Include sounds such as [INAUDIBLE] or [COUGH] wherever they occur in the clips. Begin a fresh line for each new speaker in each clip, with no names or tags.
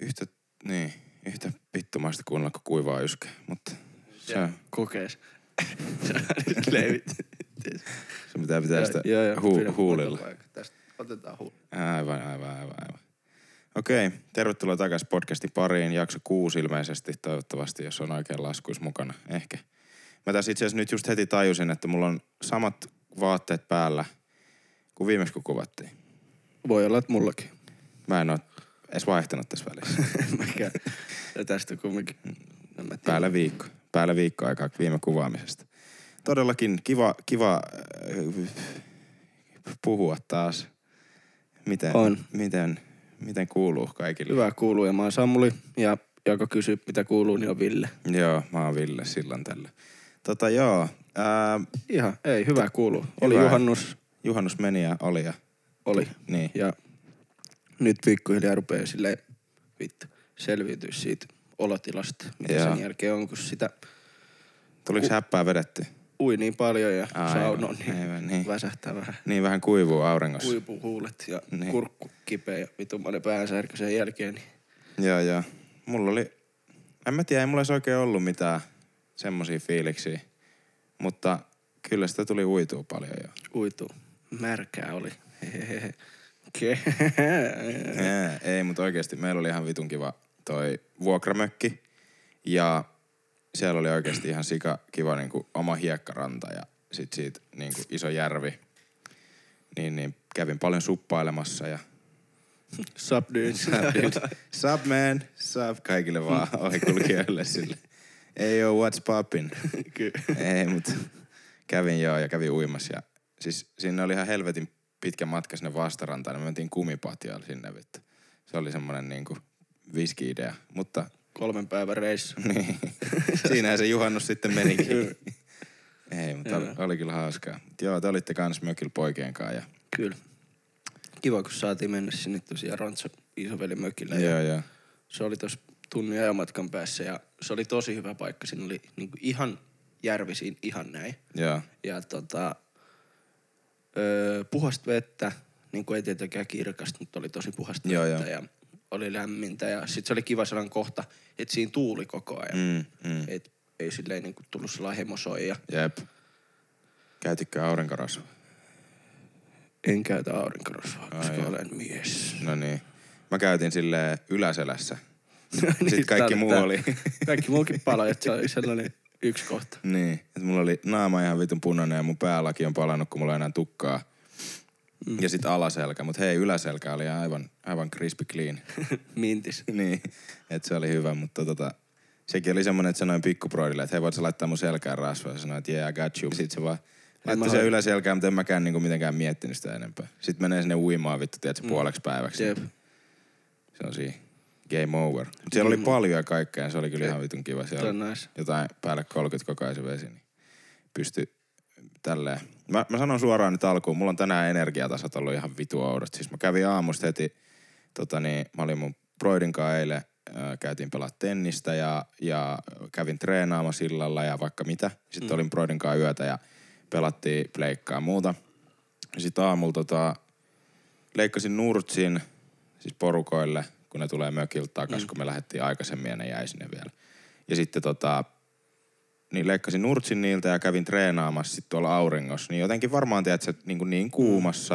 yhtä, niin, yhtä pittumaista kuunnella kuin kuivaa yskä, mutta se,
[LAUGHS]
on-
Kokees. Sä nyt levit.
se mitä pitää sitä
Joo, joo,
hu,
pidä-
huulilla.
ota vaikka Tästä otetaan huulilla.
Aivan, aivan, aivan, aivan. Okei, tervetuloa takaisin podcastin pariin. Jakso kuusi ilmeisesti, toivottavasti, jos on oikein laskuis mukana. Ehkä. Mä tässä itse asiassa nyt just heti tajusin, että mulla on samat vaatteet päällä kuin viimeksi kun kuvattiin.
Voi olla, että mullakin. [LAUGHS]
Mä en oo edes vaihtanut tässä välissä.
Mikä? Ja tästä kumminkin. En mä tiedä.
Päällä viikko. Päällä viikko aikaa viime kuvaamisesta. Todellakin kiva, kiva äh, puhua taas. Miten,
On.
miten, miten kuuluu kaikille?
Hyvää kuuluu ja mä oon Samuli ja joka kysyy mitä kuuluu, niin on Ville.
Joo, mä oon Ville sillan tällä. Tota joo, ää,
Ihan, ei, hyvää kuuluu. Oli
Hyvä.
juhannus,
juhannus meni ja oli ja
oli.
niin.
Ja nyt pikkuhiljaa rupeaa silleen vittu selviytyä siitä olotilasta, mitä
Joo.
sen jälkeen on, kun sitä
Tuliko häppää vedetty?
ui niin paljon ja
Aivan,
sauno niin,
aivan, niin.
väsähtää vähän.
Niin vähän kuivuu auringossa. Kuiv-
Kuipuhuulet ja
Niin.
niin. kurkku kipeä ja vitumainen päänsärky sen jälkeen. Niin
joo joo. Mulla oli, en mä tiedä, ei mulla olisi oikein ollut mitään semmosia fiiliksiä. Mutta kyllä sitä tuli uituu paljon joo.
uituu. Märkää oli. [LAUGHS] Hehehe. [LAUGHS]
Ää, Ei, mutta oikeasti meillä oli ihan vitun kiva toi vuokramökki. Ja siellä oli oikeasti ihan sika kiva niin kuin oma hiekkaranta ja sit siitä niin kuin iso järvi. Niin, niin kävin paljon suppailemassa ja
Sup [LAUGHS] dude.
Sup man, sup kaikille vaan ohikulkijoille sille. Ei oo what's poppin. Ei mut kävin joo ja kävin uimassa ja siis sinne oli ihan helvetin pitkä matka sinne vastarantaan. niin Me mentiin kumipatjalla sinne vittu. Se oli semmonen niinku viski-idea, mutta [LAUGHS]
Kolmen päivän reissu.
niin. Siinähän se juhannus sitten menikin. Ei, mutta oli, oli kyllä hauskaa. Mut joo, te olitte kans mökillä poikien kanssa ja
Kyllä. Kiva, kun saatiin mennä sinne tosiaan Rantsa isoveli mökille.
joo joo.
Se oli tuossa tunnin ajamatkan päässä ja se oli tosi hyvä paikka. Siinä oli niinku ihan järvi siinä ihan näin.
Joo,
Ja tota, öö, puhasta vettä, niin kuin ei tietenkään kirkasta, mutta oli tosi puhasta
Joo,
vettä
joo.
ja oli lämmintä. Ja sitten se oli kiva sellainen kohta, että siinä tuuli koko ajan.
Mm, mm.
Et ei silleen niin kuin tullut sellainen hemosoija.
jep. Käytikö aurinkorasvaa?
En käytä aurinkorasvaa, koska
joo.
olen mies.
No niin. Mä käytin sille yläselässä.
[LAUGHS] Niin,
Sitten kaikki
tää-
muu
tää-
oli.
[LAUGHS] Kaikki muukin paloi, että se oli sellainen yksi kohta.
niin. Et mulla oli naama ihan vitun punainen ja mun päälaki on palannut, kun mulla ei enää tukkaa. Mm. Ja sit alaselkä. Mut hei, yläselkä oli aivan, aivan crispy clean. [LAUGHS]
Mintis.
niin. Et se oli hyvä, mutta tota... Sekin oli semmonen, että sanoin pikkuproidille, että hei, voit sä laittaa mun selkään rasvaa? Ja sanoin, että yeah, I got you. Sit se vaan laittoi sen yläselkään, mutta en mäkään niinku mitenkään miettinyt sitä enempää. Sitten menee sinne uimaan vittu, tiedätkö, puoleksi päiväksi.
Mm.
niin
Jep.
Se on siinä game over. Mut siellä oli paljon ja kaikkea, ja se oli kyllä ihan vitun kiva. Siellä
Toi
oli
Mm. on nice.
jotain päälle 30 koko ajan se vesi, niin pysty tälleen. Mä, mä sanon suoraan nyt alkuun, mulla on tänään energiatasot ollut ihan vitu oudot. Siis mä kävin aamusta heti, tota niin, mä olin mun broidin kanssa eilen, äh, käytiin pelaa tennistä ja, ja kävin treenaama sillalla ja vaikka mitä. Sitten mm. olin broidin kanssa yötä ja pelattiin pleikkaa ja muuta. Sitten aamulla tota, leikkasin nurtsin, siis porukoille, kun ne tulee mökiltä takaisin, mm. kun me lähdettiin aikaisemmin ja ne jäi sinne vielä. Ja sitten tota, niin leikkasin nurtsin niiltä ja kävin treenaamassa sitten tuolla auringossa. Niin jotenkin varmaan tiedät, että niin, kuin niin kuumassa.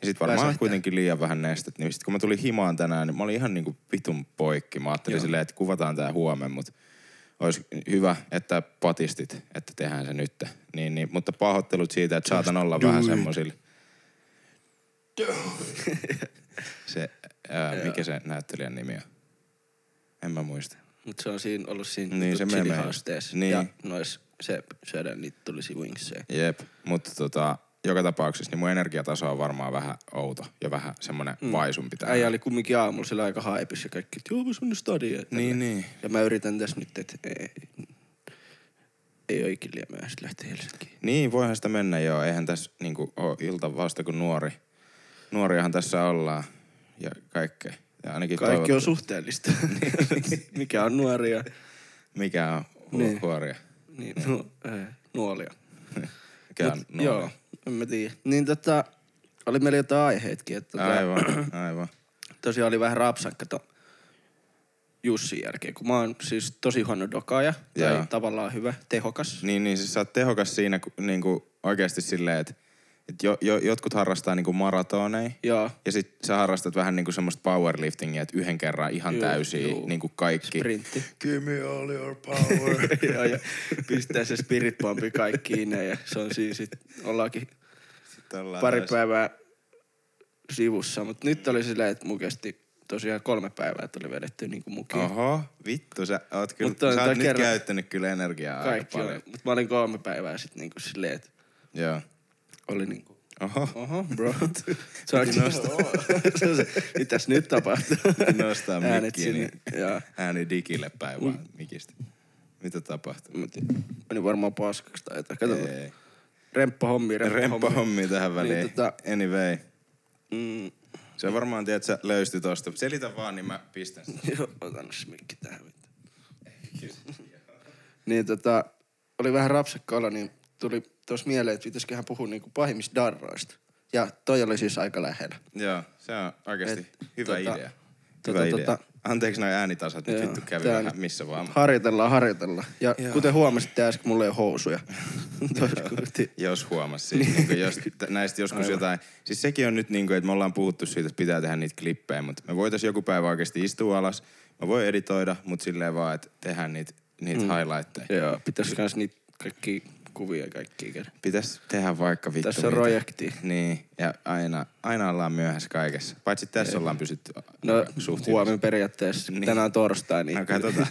Ja sitten varmaan
Väsähtää.
kuitenkin liian vähän nestettä. Niin sitten kun mä tulin himaan tänään, niin mä olin ihan niin kuin vitun poikki. Mä ajattelin silleen, että kuvataan tää huomenna, mutta olisi hyvä, että patistit, että tehdään se nyt. Niin, niin, mutta pahoittelut siitä, että saatan olla vähän semmoisilla [LAUGHS] se, ää, mikä se näyttelijän nimi on? En mä muista.
Mutta se on siinä ollut siinä
Niin, se menee.
chili-haasteessa.
Niin.
Ja nois se syödään niitä tulisi wingsejä.
Jep, mutta tota, joka tapauksessa niin mun energiataso on varmaan vähän outo ja vähän semmonen mm. vaisumpi tää.
Äijä oli kumminkin aamulla sillä aika haipis ja kaikki, että joo, mä sun stadia.
Niin, niin.
Ja mä yritän tässä nyt, että ei, ei ole ikinä liian myöhäistä lähteä Helsinkiin.
Niin, voihan sitä mennä joo. Eihän tässä niinku oo ilta vasta kuin nuori. Nuoriahan tässä ollaan ja kaikkea. Ja ainakin
Kaikki
toivot-
on
[LAUGHS]
suhteellista.
Niin,
Mikä on nuoria?
Mikä on hu-
Niin.
huoria?
Niin, nu, äh, nuolia.
Mikä on
Mut
nuoria?
Joo, en mä tiedä. Niin tota, oli meillä jotain aiheetkin. Että tota,
Aivan, aivan.
tosiaan oli vähän rapsakka to, Jussin jälkeen, kun mä oon siis tosi huono dokaaja, tai
Joo.
tavallaan hyvä, tehokas.
Niin, niin siis sä oot tehokas siinä ku- niin kuin oikeasti silleen, että et jo, jo, jotkut harrastaa niin kuin maratoneja.
Joo,
Ja sit sä harrastat vähän niinku semmoista powerliftingia, että yhden kerran ihan
Juu,
täysiä
juu.
niinku kaikki.
sprintti.
Give me all your [LAUGHS] power.
ja, ja pistää se spirit pumpi kaikkiin ja se on siinä sit, ollaankin pari päivää sivussa. Mutta nyt oli silleen, että mun kesti tosiaan kolme päivää tuli vedetty niin kuin mukiin.
Oho, vittu, sä oot, kyllä,
Mutta on
sä
tää
oot nyt
kerran-
käyttänyt kyllä energiaa
Kaikki
aika paljon.
oli. Mutta mä olin kolme päivää sitten niin kuin silleen, että
Joo.
oli niin kuin,
Oho,
oho
[LAUGHS]
bro. se on nostaa. [LAUGHS] se on se, mitäs nyt tapahtuu?
nostaa
[LAUGHS] Äänet
mikkiä,
sinne. Mm.
niin
Joo.
ääni digille päin vaan mikistä. Mitä tapahtuu?
Mä tiedän. Meni varmaan paskaksi tai jotain. Katsotaan.
Ei.
Remppa hommi, remppa,
Remppa
hommi.
hommi tähän väliin.
Niin, tota-
Anyway.
Mm,
Se varmaan, tiedät, sä löystyi tosta. Selitä vaan, niin mä pistän sen.
[LAUGHS] joo, otan nyt se mikki tähän. vittu. [LAUGHS] niin tota, oli vähän rapsakkaalla, niin tuli tuossa mieleen, että pitäisiköhän puhua niinku pahimmista darroista. Ja toi oli siis aika lähellä.
Joo, se on oikeasti
Et,
hyvä
tota,
idea.
tota,
Hyvä idea.
tota-
Anteeksi noin äänitasat, nyt
Joo,
vittu kävi
tää on-
vähän missä vaan.
Harjoitellaan, harjoitellaan. Ja
Joo.
kuten huomasitte äsken, mulla ei
[LAUGHS]
ole housuja. Tuossa kohti.
Jos huomasi siis, niin kuin jos, t- näistä joskus Aivan. jotain. Siis sekin on nyt niin kuin, että me ollaan puhuttu siitä, että pitää tehdä niitä klippejä, mutta me voitais joku päivä oikeasti istua alas. Mä voin editoida, mutta silleen vaan, että tehdään niitä, niitä mm. highlightteja.
Joo, pitäisi kans niitä kaikki kuvia ja kaikki käydä.
Pitäis tehdä vaikka vittu
Tässä on
mitä.
projekti.
Niin, ja aina, aina ollaan myöhässä kaikessa. Paitsi tässä Ei. ollaan pysytty
No
aika suht hyvissä.
huomenna periaatteessa,
Niin.
niin. tänään on torstai, niin...
No, katsotaan.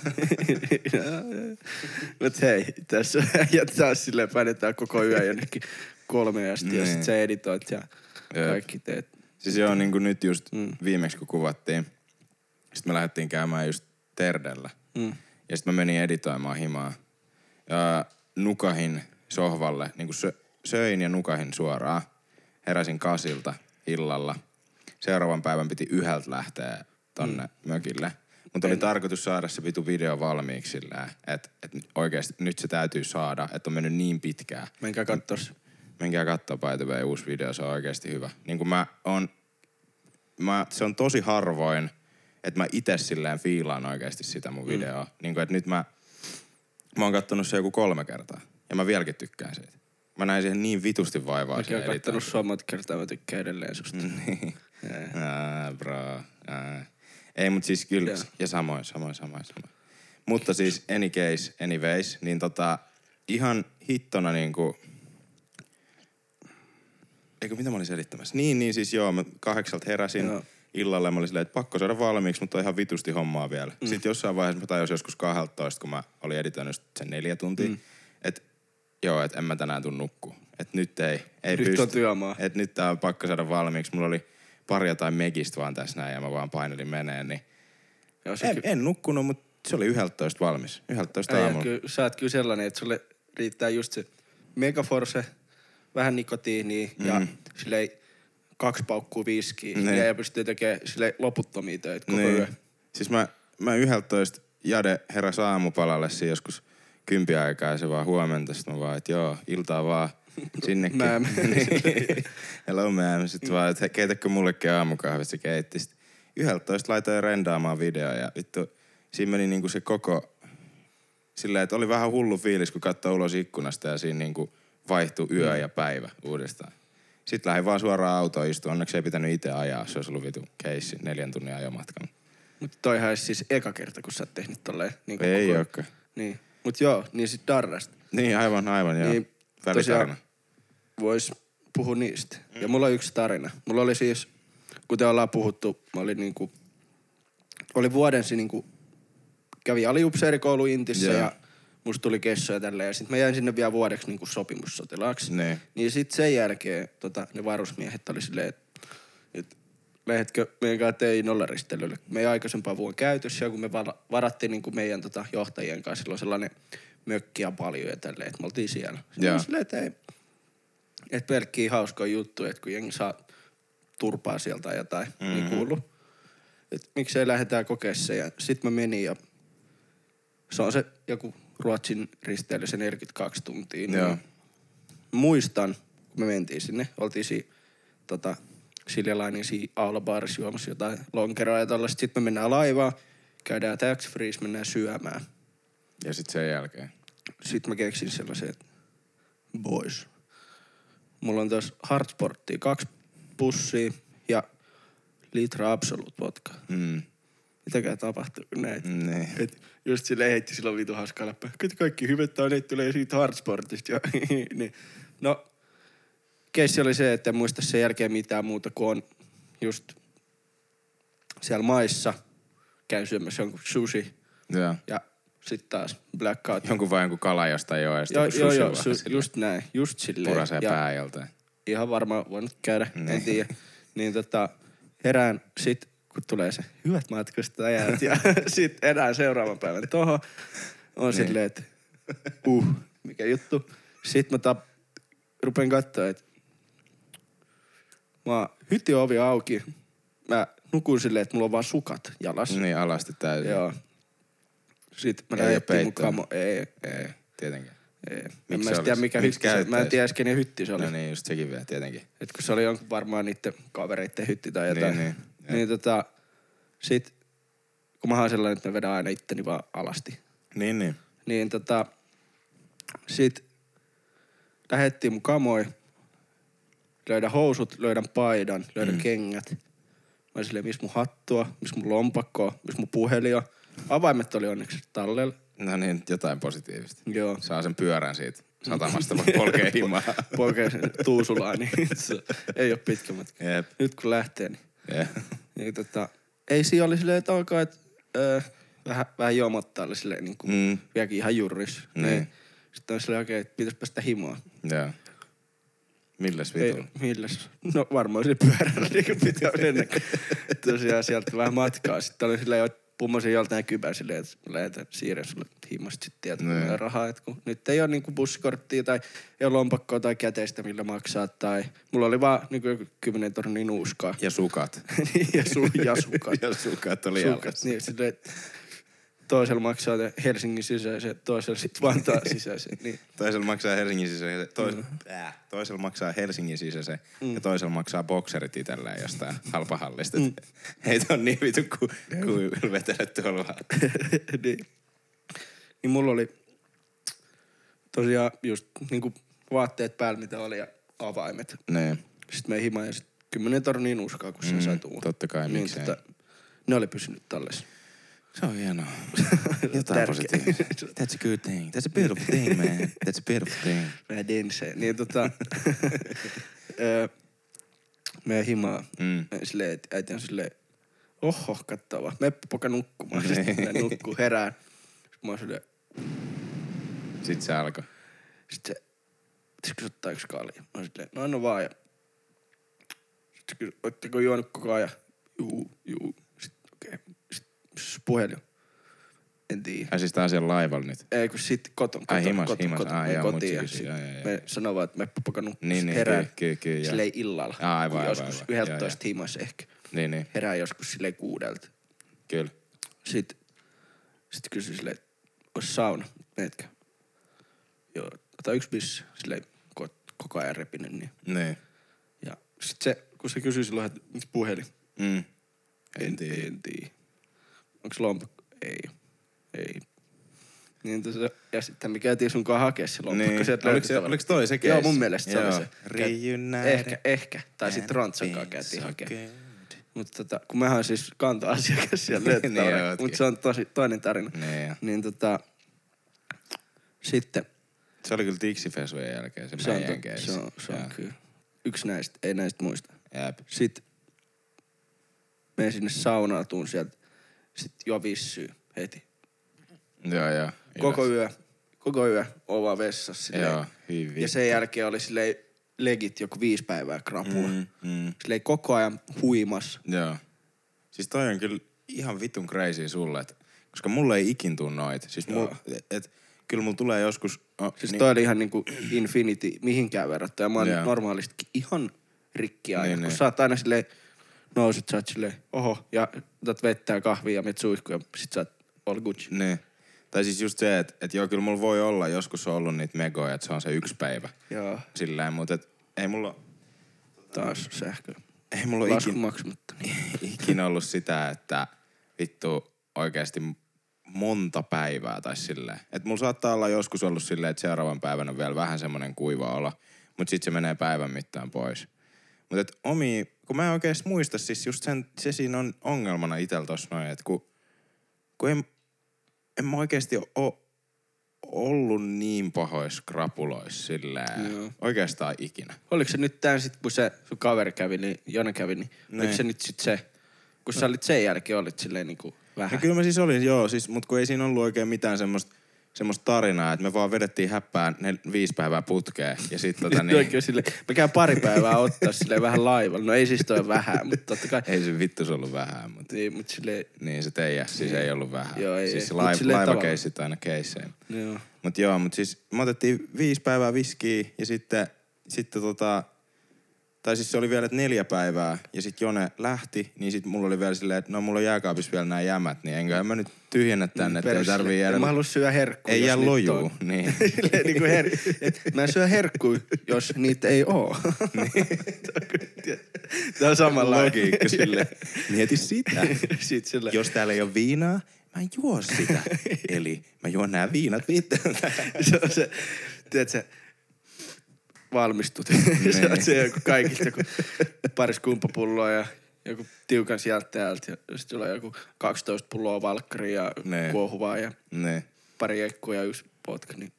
[LAUGHS] Mut hei, tässä [LAUGHS] ja taas silleen painettaan koko yö jonnekin kolme asti, ja
Niin.
sit sä editoit ja
Jep.
kaikki teet.
Siis joo, niin kuin nyt just mm. viimeksi kun kuvattiin, sitten me lähdettiin käymään just Terdellä. Mm. Ja sitten mä menin editoimaan himaa. Ja nukahin sohvalle, niin kuin sö, söin ja nukahin suoraan. Heräsin kasilta illalla. Seuraavan päivän piti yhdeltä lähteä tonne mm. mökille. Mutta oli tarkoitus saada se vitu video valmiiksi sillä, että et oikeasti nyt se täytyy saada, että on mennyt niin pitkään.
Menkää kattoo se.
Menkää katsoa by the way, uusi video, se on oikeasti hyvä. Niin kuin mä on, mä, se on tosi harvoin, että mä itse silleen fiilaan oikeasti sitä mun videoa. Mm. Niin kuin, että nyt mä, mä oon kattonut se joku kolme kertaa ja mä vieläkin tykkään siitä. Mä näin siihen niin vitusti vaivaa.
Mäkin
siihen [LAUGHS]
oon kattonut
editointiin.
sua monta kertaa, mä tykkään edelleen susta.
Niin. Ää, bro. Ää. Ei, mutta siis kyllä.
Joo.
Ja samoin, samoin, samoin, samoin. Mutta siis any case, anyways, niin tota ihan hittona niinku... Eikö mitä mä olin selittämässä? Niin, niin siis joo, mä kahdeksalta heräsin
Joo.
illalla ja mä olin silleen, että pakko saada valmiiksi, mutta on ihan vitusti hommaa vielä. Mm. Sitten jossain vaiheessa mä tajusin joskus 12, kun mä olin editoinut sen neljä tuntia, mm. että joo, että en mä tänään tuu nukkuu. Että nyt ei, ei
Nyt on
pysty.
työmaa.
[LAUGHS] Et nyt tää on pakko saada valmiiksi. Mulla oli pari jotain megistä vaan tässä näin ja mä vaan painelin meneen. Niin
Ja se
en, en nukkunut, mutta se oli 11 valmis. 11
Äijä,
aamulla.
kyllä, sä oot kyllä sellainen, että sulle riittää just se megaforce, vähän nikotiinia mm. ja silleen kaksi paukkuu viskiä.
Niin.
Niin. Ja pystyy tekemään sille loputtomia töitä koko niin.
niin.
yö.
Siis mä, mä 11 Jade heräsi aamupalalle siinä joskus kympi aikaa ja se vaan huomenta. Sitten mä vaan, että joo, iltaa vaan sinnekin.
Ma'am.
[LAUGHS] Niin. Hello ma'am. Sitten vaan, että keitäkö mullekin aamukahvit. Se keitti. Sitten 11 laitoin rendaamaan video ja vittu, siinä meni niinku se koko silleen, että oli vähän hullu fiilis, kun katsoi ulos ikkunasta ja siinä niinku vaihtui yö ja päivä uudestaan. Sitten lähdin vaan suoraan autoon istuun. Onneksi ei pitänyt itse ajaa, se olisi ollut vitu keissi neljän tunnin ajomatkan.
Mutta toihan olisi siis eka kerta, kun sä oot tehnyt tolleen. Niin kuin
Ei
koko-
olekaan.
Niin. Mut joo, niin sit darrasta.
Niin, aivan, aivan, joo. Niin,
Niin,
Välitarina.
tosiaan- Vois puhua niistä. Mm. Ja mulla on yksi tarina. Mulla oli siis, kuten ollaan puhuttu, mä olin niinku, oli vuoden si niinku, kävi aliupseerikoulu Intissä
Joo.
ja musta tuli kesso ja tälleen. Ja sit mä jäin sinne vielä vuodeksi niinku sopimussotilaaksi.
Niin.
Niin sit sen jälkeen tota, ne varusmiehet oli silleen, että et, lähdetkö meidän kanssa tei nollaristelylle. Meidän aikaisempaa vuoden käytössä ja kun me vala- varattiin niin kuin meidän tota, johtajien kanssa silloin sellainen mökki ja paljon ja tälleen, että me oltiin siellä. Sitten
Joo.
mä silleen, että ei, et pelkkiä hauskoja juttuja, että kun jengi saa turpaa sieltä tai jotain, mm-hmm. niin kuuluu. Et miksei lähdetään kokeilemaan se. Ja sit mä menin ja se on se joku Ruotsin risteily, se 42 tuntia. Niin
Joo.
Muistan, kun me mentiin sinne, oltiin siinä tota, Siljalainen siinä aulabaarissa juomassa jotain lonkeroa ja tollaista. Sitten me mennään laivaan, käydään tax freeze, mennään syömään.
Ja sitten sen jälkeen.
Sitten mä keksin sellaisen, että boys. Mulla on tässä hardsporttia kaksi pussia ja litra absolut vodkaa.
Mm.
Mitäkään tapahtuu kun näitä. Mm.
Niin.
Et just silleen heitti silloin vitu hauskaa läppää. Kyllä kaikki hyvät taineet tulee siitä hardsportista. Ja, [LAUGHS] niin. No, keissi oli se, että en muista sen jälkeen mitään muuta kuin on just siellä maissa käy syömässä jonkun sushi
Joo.
ja sitten taas blackout.
Jonkun vaan jonkun kala jostain joesta.
Joo,
kun
joo,
sushi
joo,
vaan
su-
silleen
just näin, just silleen.
Purasee
ja
pää joltain.
ihan varmaan voinut käydä, ne. en
Niin.
tiedä. Niin tota, herään sit, kun tulee se hyvät matkustajat ja [LAUGHS] sit herään seuraavan päivän toho. On
Niin.
silleen, että uh, mikä juttu. Sit mä tap, rupen katsoa, että mä hyti ovi auki. Mä nukun silleen, että mulla on vaan sukat jalas.
Niin alasti täysin.
Joo. Sitten mä
Ei
näin
oo
jokin mun
peittänyt.
kamo. Ei, ei.
Ei, tietenkin.
Ei.
Miksi se
Miksi mä en tiedä,
olisi?
mikä
Miksi
hytti se, mä en
käyttäisi?
tiedä edes, kenen hytti se oli.
No niin, just sekin vielä, tietenkin.
Et kun se oli jonkun varmaan niiden kavereiden hytti tai
Niin,
jotain.
niin.
Niin, [LAUGHS] niin. niin tota, sit, kun mä oon sellainen, että mä vedän aina itteni vaan alasti.
Niin, niin.
Niin tota, sit lähettiin mun kamoi. Löydän housut, löydän paidan, löydän mm. kengät. Mä olin silleen, missä mun hattua, missä mun lompakkoa, missä mun puhelio. Avaimet oli onneksi tallella.
No niin, jotain positiivista.
Joo.
Saa sen pyörän siitä satamasta,
[LAUGHS]
voi polkee himaa.
Polkeen sen Tuusulaan, niin se ei ole pitkä matka.
Jep.
Nyt kun lähtee, niin
Jep.
Niin tota, ei siinä oli silleen, että alkaa, että öö, vähän, vähän juomatta oli silleen niin kuin,
Mm.
mm. vieläkin ihan jurris.
Niin.
Sitten on silleen, okei, okay, että pitäis päästä himaan.
Joo. Milläs
Ei,
vitun?
milläs? No varmaan se pyörällä niin kuin pitää
[LAUGHS]
olla ennen. kuin Tosiaan sieltä vähän matkaa. Sitten oli silleen, että pummasin joltain kybän silleen, että mä lähetän siirrän sulle himmasta sitten
Niin.
tietoa rahaa. Että kun nyt ei ole niin kuin bussikorttia tai ei ole lompakkoa tai käteistä, millä maksaa. Tai mulla oli vaan niin kuin joku 10 tonnin uuskaa.
Ja sukat.
[LAUGHS] ja, su- ja
[LAUGHS]
sukat.
ja sukat oli
Sukat,
jalassa.
niin silleen, että toisella maksaa ne Helsingin sisäisen, toisella sitten Vantaan
[LAUGHS]
sisäisen. Niin.
Toisella maksaa Helsingin sisäisen, tois,
Mm.
äh, toisella maksaa Helsingin sisäisen mm. ja toisella maksaa bokserit itselleen jostain halpahallista. Mm. Heitä on niin vitu kuin ku vetelet tuolla. vaan.
niin. niin mulla oli tosiaan just niinku vaatteet päällä, mitä oli ja avaimet.
niin,
Sitten me himaan ja sitten kymmenen torniin uskaa, kun se mm, sai tota- tuua.
totta kai, miksei.
ne oli pysynyt tallessa.
se on
[LAUGHS]
hienoa.
Tärkeä.
Jotain positiivista.
[LAUGHS]
That's a good thing. That's a beautiful thing, man. That's a beautiful thing.
Vähän densee.
[LAUGHS]
Niin tota, [LAUGHS] öö, meidän himaa.
Mm.
Mm. Silleen, että äiti on silleen, oho, kattava. Meppä poka nukkumaan. Sitten mä nukkuu,
Niin.
herään. Sitten mä oon silleen,
Sitten se alkoi.
sitten se, pitäisikö se ottaa yksi kalja? Mä oon silleen, no anna vaan. Ja... Sitten se kysyi, ootteko juonut koko ajan? Juu, juu. Sitten okei. Okay. Sitten missä puhelin? on? En tiedä.
Ai siis tää on siellä laivalla nyt.
Ei kun sitten koton, koton,
Ai, himas,
koton,
himas.
koton,
Ai,
Ai,
jaa, mut
kotiin.
se
Ja
kysyi.
sit
Jaa, jaa, jaa.
me sanoo vaan, että meppä poka nukkuu.
Niin,
Sit
niin,
herää.
kyllä, kyllä, kyllä, jaa.
Silleen illalla.
Aivan, aivan,
Joskus
aivan. Jaa,
11 himas ehkä.
Niin, niin.
Herää joskus silleen kuudelta.
Kyllä.
Sitten sit kysyi silleen, että olisi sauna, meetkö? Joo, ota yksi bissi, silleen ko- koko ajan repinyt. Niin.
Niin.
Ja sit se, kun se kysyi silloin, että mitä puhelin?
Mm. Niin. En tiedä.
En tiedä. Onks lompakko? Ei. Ei. Niin tuossa, ja sitten me käytiin sunkaan hakea se lompakko.
Niin.
sieltä
Oliko
löytyi
se-
tavallaan.
oliko toi se
Joo,
case?
mun mielestä se oli
Joo.
se.
Reunited.
Ehkä, ehkä. Tai sitten Rantsankaan käytiin hakea. Mutta tota, kun mähän on siis kanta-asiakas
[LAUGHS]
siellä
Niin
löytötavarilla,
ootkin.
mutta se on tosi toinen tarina.
Niin.
Niin tota, sitten,
Se oli kyllä tiksifesujen jälkeen se,
se on,
meidän
to-
case.
Niin, se on, se on
Joo.
kyllä. Yksi näistä, ei näistä muista.
Jep.
Sitten menen sinne saunaan, tuun sieltä. Sitten jo vissyy heti.
Joo, joo.
Koko
Ylös.
yö, koko yö ova vessassa silleen.
Joo, hyvin.
Ja sen jälkeen oli silleen legit joku viisi päivää krapula. Mm.
Mm, mm.
Silleen koko ajan huimas.
Joo. Siis toi on kyllä ihan vitun crazy sulle, et, koska mulle ei ikin tuu noit. Siis mul, et, et, kyllä mulla tulee joskus... Oh,
Siis niin. toi oli ihan niinku infinity mihinkään verrattuna. Mä oon
Joo.
normaalistikin ihan rikki aina.
Niin,
Niin, kun
niin.
sä oot aina silleen, nouset, sä oot silleen, oho, ja otat vettä ja kahvia ja met suihkuun ja sit sä oot all good.
Niin. Tai siis just se, että et joo, kyllä mulla voi olla, joskus on ollut niitä megoja, että se on se yksi päivä.
Joo,
Silleen, mutta et, ei mulla,
taas sähkö.
ei mulla
Lasku
ikin,
maksamatta. Niin.
ikin ollut sitä, että vittu oikeasti monta päivää tai silleen. Et mulla saattaa olla joskus ollut silleen, että seuraavan päivänä on vielä vähän semmoinen kuiva olo, mutta sitten se menee päivän mittaan pois. Mutta et omi, kun mä en oikeasti muista, siis just sen, se siinä on ongelmana itsellä tossa noin, että kun, kun en, en mä oikeasti ole ollut niin pahoissa krapuloissa silleen,
Joo.
oikeastaan ikinä.
Oliko se nyt tän sit, kun se sun kaveri kävi, niin Jone kävi, niin
Niin.
oliko se nyt sit se, kun sä olit sen jälkeen, olit silleen niinku
No
vähän. [LAUGHS]
kyllä mä siis olin, joo, siis, mutta kun ei siinä ollut oikein mitään semmoista semmoista tarinaa, että me vaan vedettiin häppään nel, viisi päivää putkeen ja sitten
[LAUGHS]
tota niin,
Oikein sille, mä käyn pari päivää ottaa sille vähän laivalla. No ei siis toi vähän, mutta totta kai.
ei se vittu se ollut vähän, mutta
Niin, mutta silleen,
niin se teijä, siis ei ollut vähän.
Joo, ei,
siis
ei. Mut
laiv,
silleen
laivakeissit aina keissejä.
joo.
Mutta joo, mutta siis me otettiin viisi päivää viskiä ja sitten, sitten tota, tai siis se oli vielä, että neljä päivää ja sitten Jone lähti, niin sitten mulla oli vielä silleen, että no mulla on jääkaapissa vielä nämä jämät, niin enköhän mä nyt tyhjennä tänne, että ei
Perus-
tarvii jäädä.
Mä haluan syödä herkkuja.
Ei
jos
jää
niitä
lojuu,
on. [LAUGHS]
niin.
Silleen niinku her... et mä en syö herkkuja, jos niitä ei oo. [LAUGHS] Tää on samalla
Niin. Logiikka sille. [LAUGHS] Mieti sitä.
[LAUGHS] Sitten sille.
[LAUGHS] Jos täällä ei ole viinaa, mä en juo [LAUGHS] sitä. Eli mä juon nämä viinat viitteeltä. [LAUGHS]
se on se, tiedätkö, valmistut.
Niin.
se on se joku kaikista, joku paris kumppapulloa ja joku tiukan sieltä täältä. Ja sitten tulee joku 12 pulloa valkkaria ja
Ne.
kuohuvaa ja
niin.
pari ekkua ja yksi potka. Niin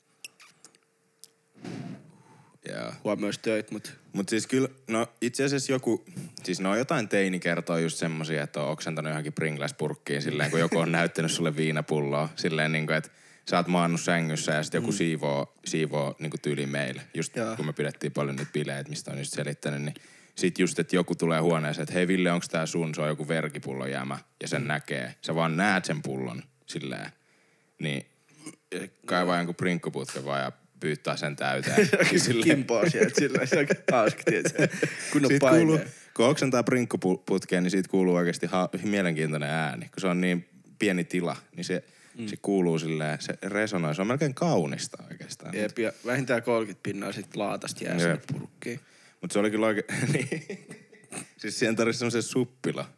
Joo.
huomioon myös töit, mutta
Mut siis kyllä, no itse asiassa joku, siis no jotain teini kertoo just semmosia, että on oksentanut johonkin Pringles-purkkiin silleen, kun joku on näyttänyt sulle viinapulloa. Silleen niin kuin, että sä oot maannut sängyssä ja sitten joku siivoo, siivoo niin kuin tyyli meille. Just
Joo.
kun me pidettiin paljon niitä bileitä, mistä on just selittänyt, niin sit just, että joku tulee huoneeseen, että hei Ville, onks tää sun? Se on joku verkipullo jäämä ja sen näkee. Sä vaan näet sen pullon silleen. Niin kaivaa jonkun prinkkuputken vaan ja pyyttää sen täyteen.
[LAUGHS]
Silleen.
kimpoa sieltä sillä se on hauska, tiedätkö. Kun on
Siitä
paine.
kuuluu, kun oksentaa prinkkuputkeen, niin siitä kuuluu oikeasti ha- mielenkiintoinen ääni. Kun se on niin pieni tila, niin se, mm. se kuuluu silleen, se resonoi. Se on melkein kaunista oikeastaan.
Jep, ja vähintään 30 pinnaa sit laatasta jää sinne
Jep.
purkkiin.
Mutta se oli kyllä oikein... [LAUGHS] niin. siis siihen tarvitsisi semmoisen suppila.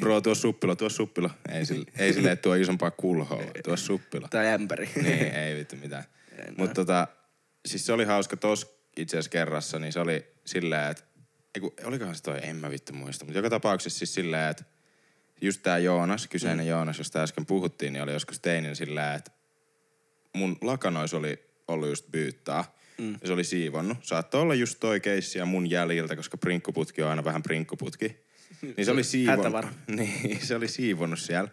Bro, tuo suppila, tuo suppila. Ei, sille, ei silleen, että tuo isompaa kulhoa, tuo suppila.
Tai ämpäri.
[LAUGHS] niin, ei vittu mitään. Mutta tota, siis se oli hauska tos itse asiassa kerrassa, niin se oli silleen, että eiku, olikohan se toi, en mä vittu muista, mutta joka tapauksessa siis silleen, että just tää Joonas, kyseinen mm. Joonas, josta äsken puhuttiin, niin oli joskus teinin silleen, että mun lakanois oli ollut just pyyttää. Mm. Ja se oli siivonnut. Saattoi olla just toi keissi ja mun jäljiltä, koska prinkkuputki on aina vähän prinkkuputki. [LAUGHS] Niin se oli siivonnut.
Hätävara.
[LAUGHS] Niin, se oli siivonnut siellä.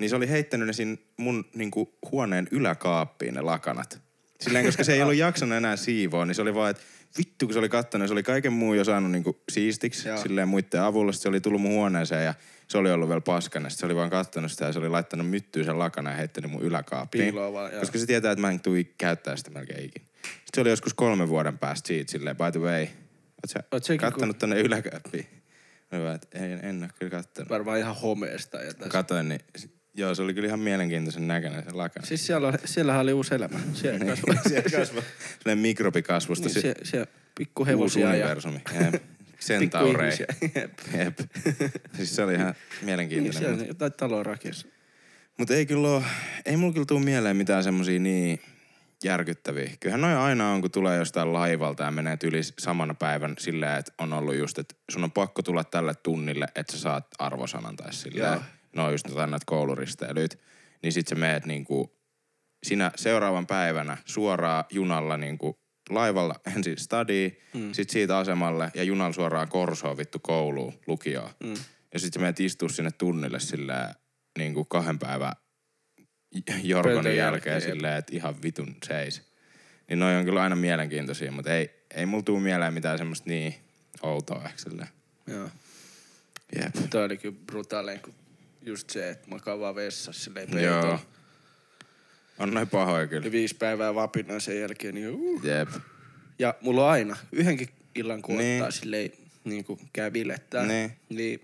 Niin se oli heittänyt ne sinne mun niinku, huoneen yläkaappiin ne lakanat. Silleen, koska se ei ollut jaksanut enää siivoa, niin se oli vaan, että vittu kun se oli kattanut, se oli kaiken muun jo saanut niinku siistiksi
Joo.
silleen muiden avulla. Sitten se oli tullut mun huoneeseen ja se oli ollut vielä paskana. Sitten se oli vaan kattanut sitä ja se oli laittanut myttyyn sen lakana ja heittänyt mun yläkaappiin.
Piiloon vaan, joo.
Niin. koska se tietää, että mä en tule käyttää sitä melkein ikinä. Sitten se oli joskus kolmen vuoden päästä siitä silleen, by the way, oot sä
Oot säkin
kattanut tänne yläkäppiin? Mä olin vaan, että en, en ole kyllä kattanut.
Varmaan ihan homeesta ja tästä.
Katoin, niin joo, se oli kyllä ihan mielenkiintoisen näköinen se lakana.
Siis siellä, on- siellähän oli
[LAUGHS]
uusi elämä.
Niin.
Siellä [LAUGHS] kasvoi.
Siellä kasvoi. Sellainen mikrobikasvusta.
Niin,
Niin,
siellä, siellä pikku
uusi
hevosia ja
universumi. Jep.
pikku
Centaureja.
ihmisiä. Jep.
Jep. Siis se oli ihan
Niin,
mielenkiintoinen.
siellä jotain taloa rakensi.
Mutta ei kyllä oo, ei mulla kyllä tuu mieleen mitään semmosia niin järkyttäviä. Kyllähän noin aina on, kun tulee jostain laivalta ja menee yli samana päivän silleen, että on ollut just, että sun on pakko tulla tälle tunnille, että sä saat arvosanan tai silleen.
Joo.
No just jotain näitä kouluristeilyt. Niin sit sä meet niinku sinä seuraavan päivänä suoraan junalla niinku laivalla ensin stadiin, mm. sit siitä asemalle ja junalla suoraan Korsoon vittu kouluun, lukioon. Mm. Ja sit sä menet istua sinne tunnille sillä niinku kahden päivän j- jorgonin
Pöytän
jälkeen
jälkeen,
silleen, että ihan vitun seis. Niin noi on kyllä aina mielenkiintoisia, mutta ei, ei mulla tuu mieleen mitään semmoista niin outoa ehkä silleen.
Joo.
Jep.
Toi oli kyllä brutaalein, kun just se, että makaa vaan vessassa silleen
Joo.
peiton.
Niin, On noin pahoja kyllä.
Oli viisi päivää vapinaa sen jälkeen, niin uh.
Jep.
Ja mulla on aina yhdenkin illan kun
Niin.
ottaa silleen niin kuin käy bilettää,
Niin.
niin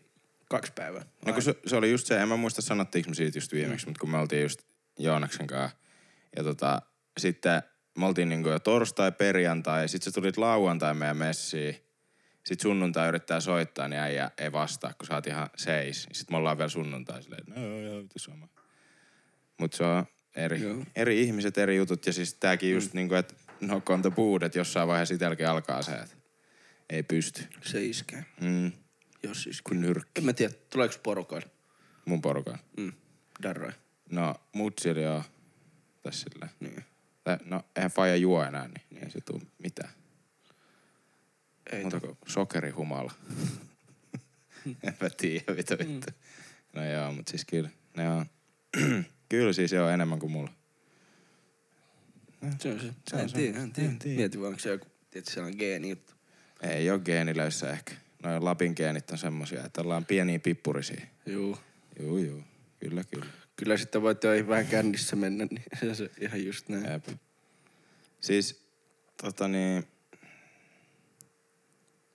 kaksi päivää.
No kun se, se oli just se, en mä muista sanottiinko me siitä just viimeksi, mutta kun me oltiin just Joonaksen kanssa. Ja tota, sitten me oltiin niinku jo torstai, perjantai, sit sä tulit lauantai meidän messiin. Sit sunnuntai yrittää soittaa, niin äijä ei vastaa, kun sä oot ihan seis. Sit me ollaan vielä sunnuntai silleen, no joo, joo, vittu sama. Mutta se on eri,
Joo.
eri ihmiset, eri jutut. Ja siis tääkin just niinku, että no on the boot, että jossain vaiheessa itselläkin alkaa se, että ei pysty.
Se iskee,
Mm,
jos iskee.
kun nyrkki
En mä tiedä, tuleeko porukoilla.
mun porukan.
Mm. Darroja.
No, mutsili on tässä sillä.
Niin.
Tai, no, eihän faija juo enää, niin, niin. ei se tuu mitään.
Ei to...
Muuta kuin
[LAUGHS]
sokerihumala. en mä tiedä, mitä
Mm.
vittu. No joo, mut siis kyllä, ne on, [CLEARS THROAT] kyllä siis joo enemmän kuin mulla.
Se on se.
Se on
en
se.
tiedä, en tiedä.
En tiedä.
Mieti vaan, onko se joku, tiedätkö, sellainen geeni juttu.
Ei ole geenilöissä ehkä. Noin Lapin geenit on semmosia, että ollaan pieniä pippurisia.
Juu.
Juu, juu. Kyllä, kyllä.
Kyllä sitten voi töihin vähän kännissä mennä, niin [LAUGHS] se- se ihan just näin.
Jep. Siis, tota niin,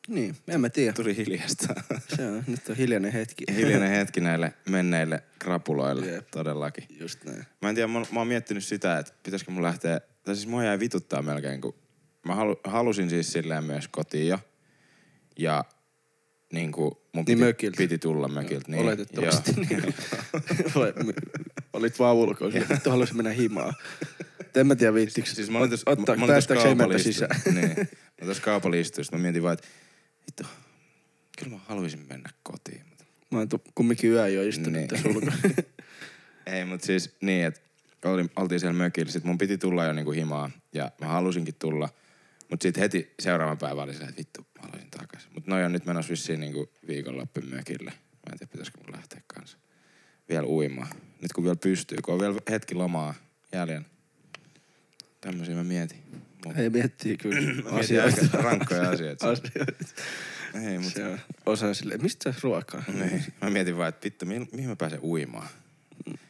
Niin, en mä tiedä.
tuli
[LAUGHS]
hiljasta.
Se on, nyt on [LAUGHS] hiljainen hetki.
Hiljainen hetki näille menneille krapuloille,
Jep.
todellakin.
Just näin.
Mä en tiedä, mä, mä oon miettinyt sitä, että pitäisikö mun lähteä, tai siis mua jäi vituttaa melkein, kun mä halu, halusin siis silleen myös kotiin jo. Ja niin kuin mun
Niin
piti,
mökiltä.
piti tulla mökiltä. Niin,
Oletettavasti.
joo.
Niin. [LAUGHS] Vai, m- olit vaan ulkoa, sillä vittu halusi mennä himaa. Et En mä tiedä viittikö.
Siis mä olin tässä,
Ottaa,
mä, mä olin tässä
päästäänkö
kaupalla
emäntä
istu-
sisään?
[LAUGHS] Niin. Mä tässä kaupalla istuin, sit mä mietin vaan, että vittu, kyllä mä haluaisin mennä kotiin. Mutta
Mä oon tu- kumminkin yö jo istunut
Niin.
niin.
[LAUGHS]
tässä ulkoa.
Ei, mutta siis niin, että olin, oltiin siellä mökillä. Sitten mun piti tulla jo niinku himaa ja mä halusinkin tulla. Mutta sitten heti seuraavan päivän oli silleen, että vittu, mä haluaisin takaisin. Mutta noi on nyt menossa vissiin niinku viikonloppu mökille. Mä en tiedä, pitäisikö mun lähteä kanssa vielä uimaan. Nyt kun vielä pystyy, kun on vielä hetki lomaa jäljellä. Tämmöisiä mä mietin. Mun
Ei miettii kyllä
mietin aika
asioita.
rankkoja asioita.
asioita.
Ei, mut,
Se on osa silleen, mistä sä ruokaa?
niin. Mä mietin vaan, että vittu, mihin, mihin mä pääsen uimaan.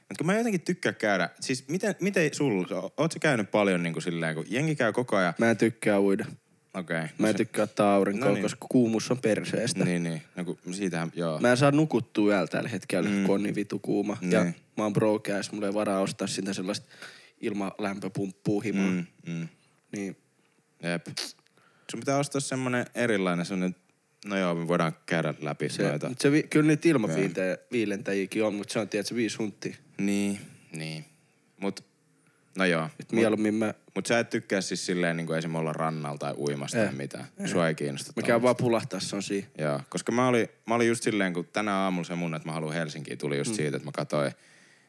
Mut kun mä jotenkin tykkään käydä, siis miten, miten sulla, o- oot sä käynyt paljon niin kuin silleen, kun jengi käy koko ajan,
Mä en tykkää uida.
okei. Okay.
Mä en tykkää ottaa aurinkoa,
No
no
niin.
niin. koska kuumuus on perseestä.
Niin, niin, no kun siitähän, joo. Mä...
Mä en saa nukuttua yöllä tällä hetkellä, mm. kun on niin vitu kuuma. Ja
Niin.
mä oon broke ass, mulla ei varaa ostaa sitä sellaista ilmalämpöpumppua himaa. Mm.
Mm, mm,
Niin,
jep. Sun pitää ostaa semmonen erilainen, semmonen, no joo, me voidaan käydä läpi
se,
noita.
mut se, vi- kyllä niitä ilmaviilentäjiäkin on, mutta se on tietysti viisi huntia.
Niin, niin. Mut, no joo.
Et mieluummin mä,
Mut sä et tykkää siis silleen niin kuin esimerkiksi olla rannalla tai uimasta
Eh.
tai mitään. Sua ei kiinnosta.
mä
tommoset.
käyn vaan pulahtaa, se on siinä.
Joo, koska mä olin, mä olin just silleen, kun tänä aamulla se mun, että mä haluan Helsinkiin, tuli just mm. siitä, että mä katsoin,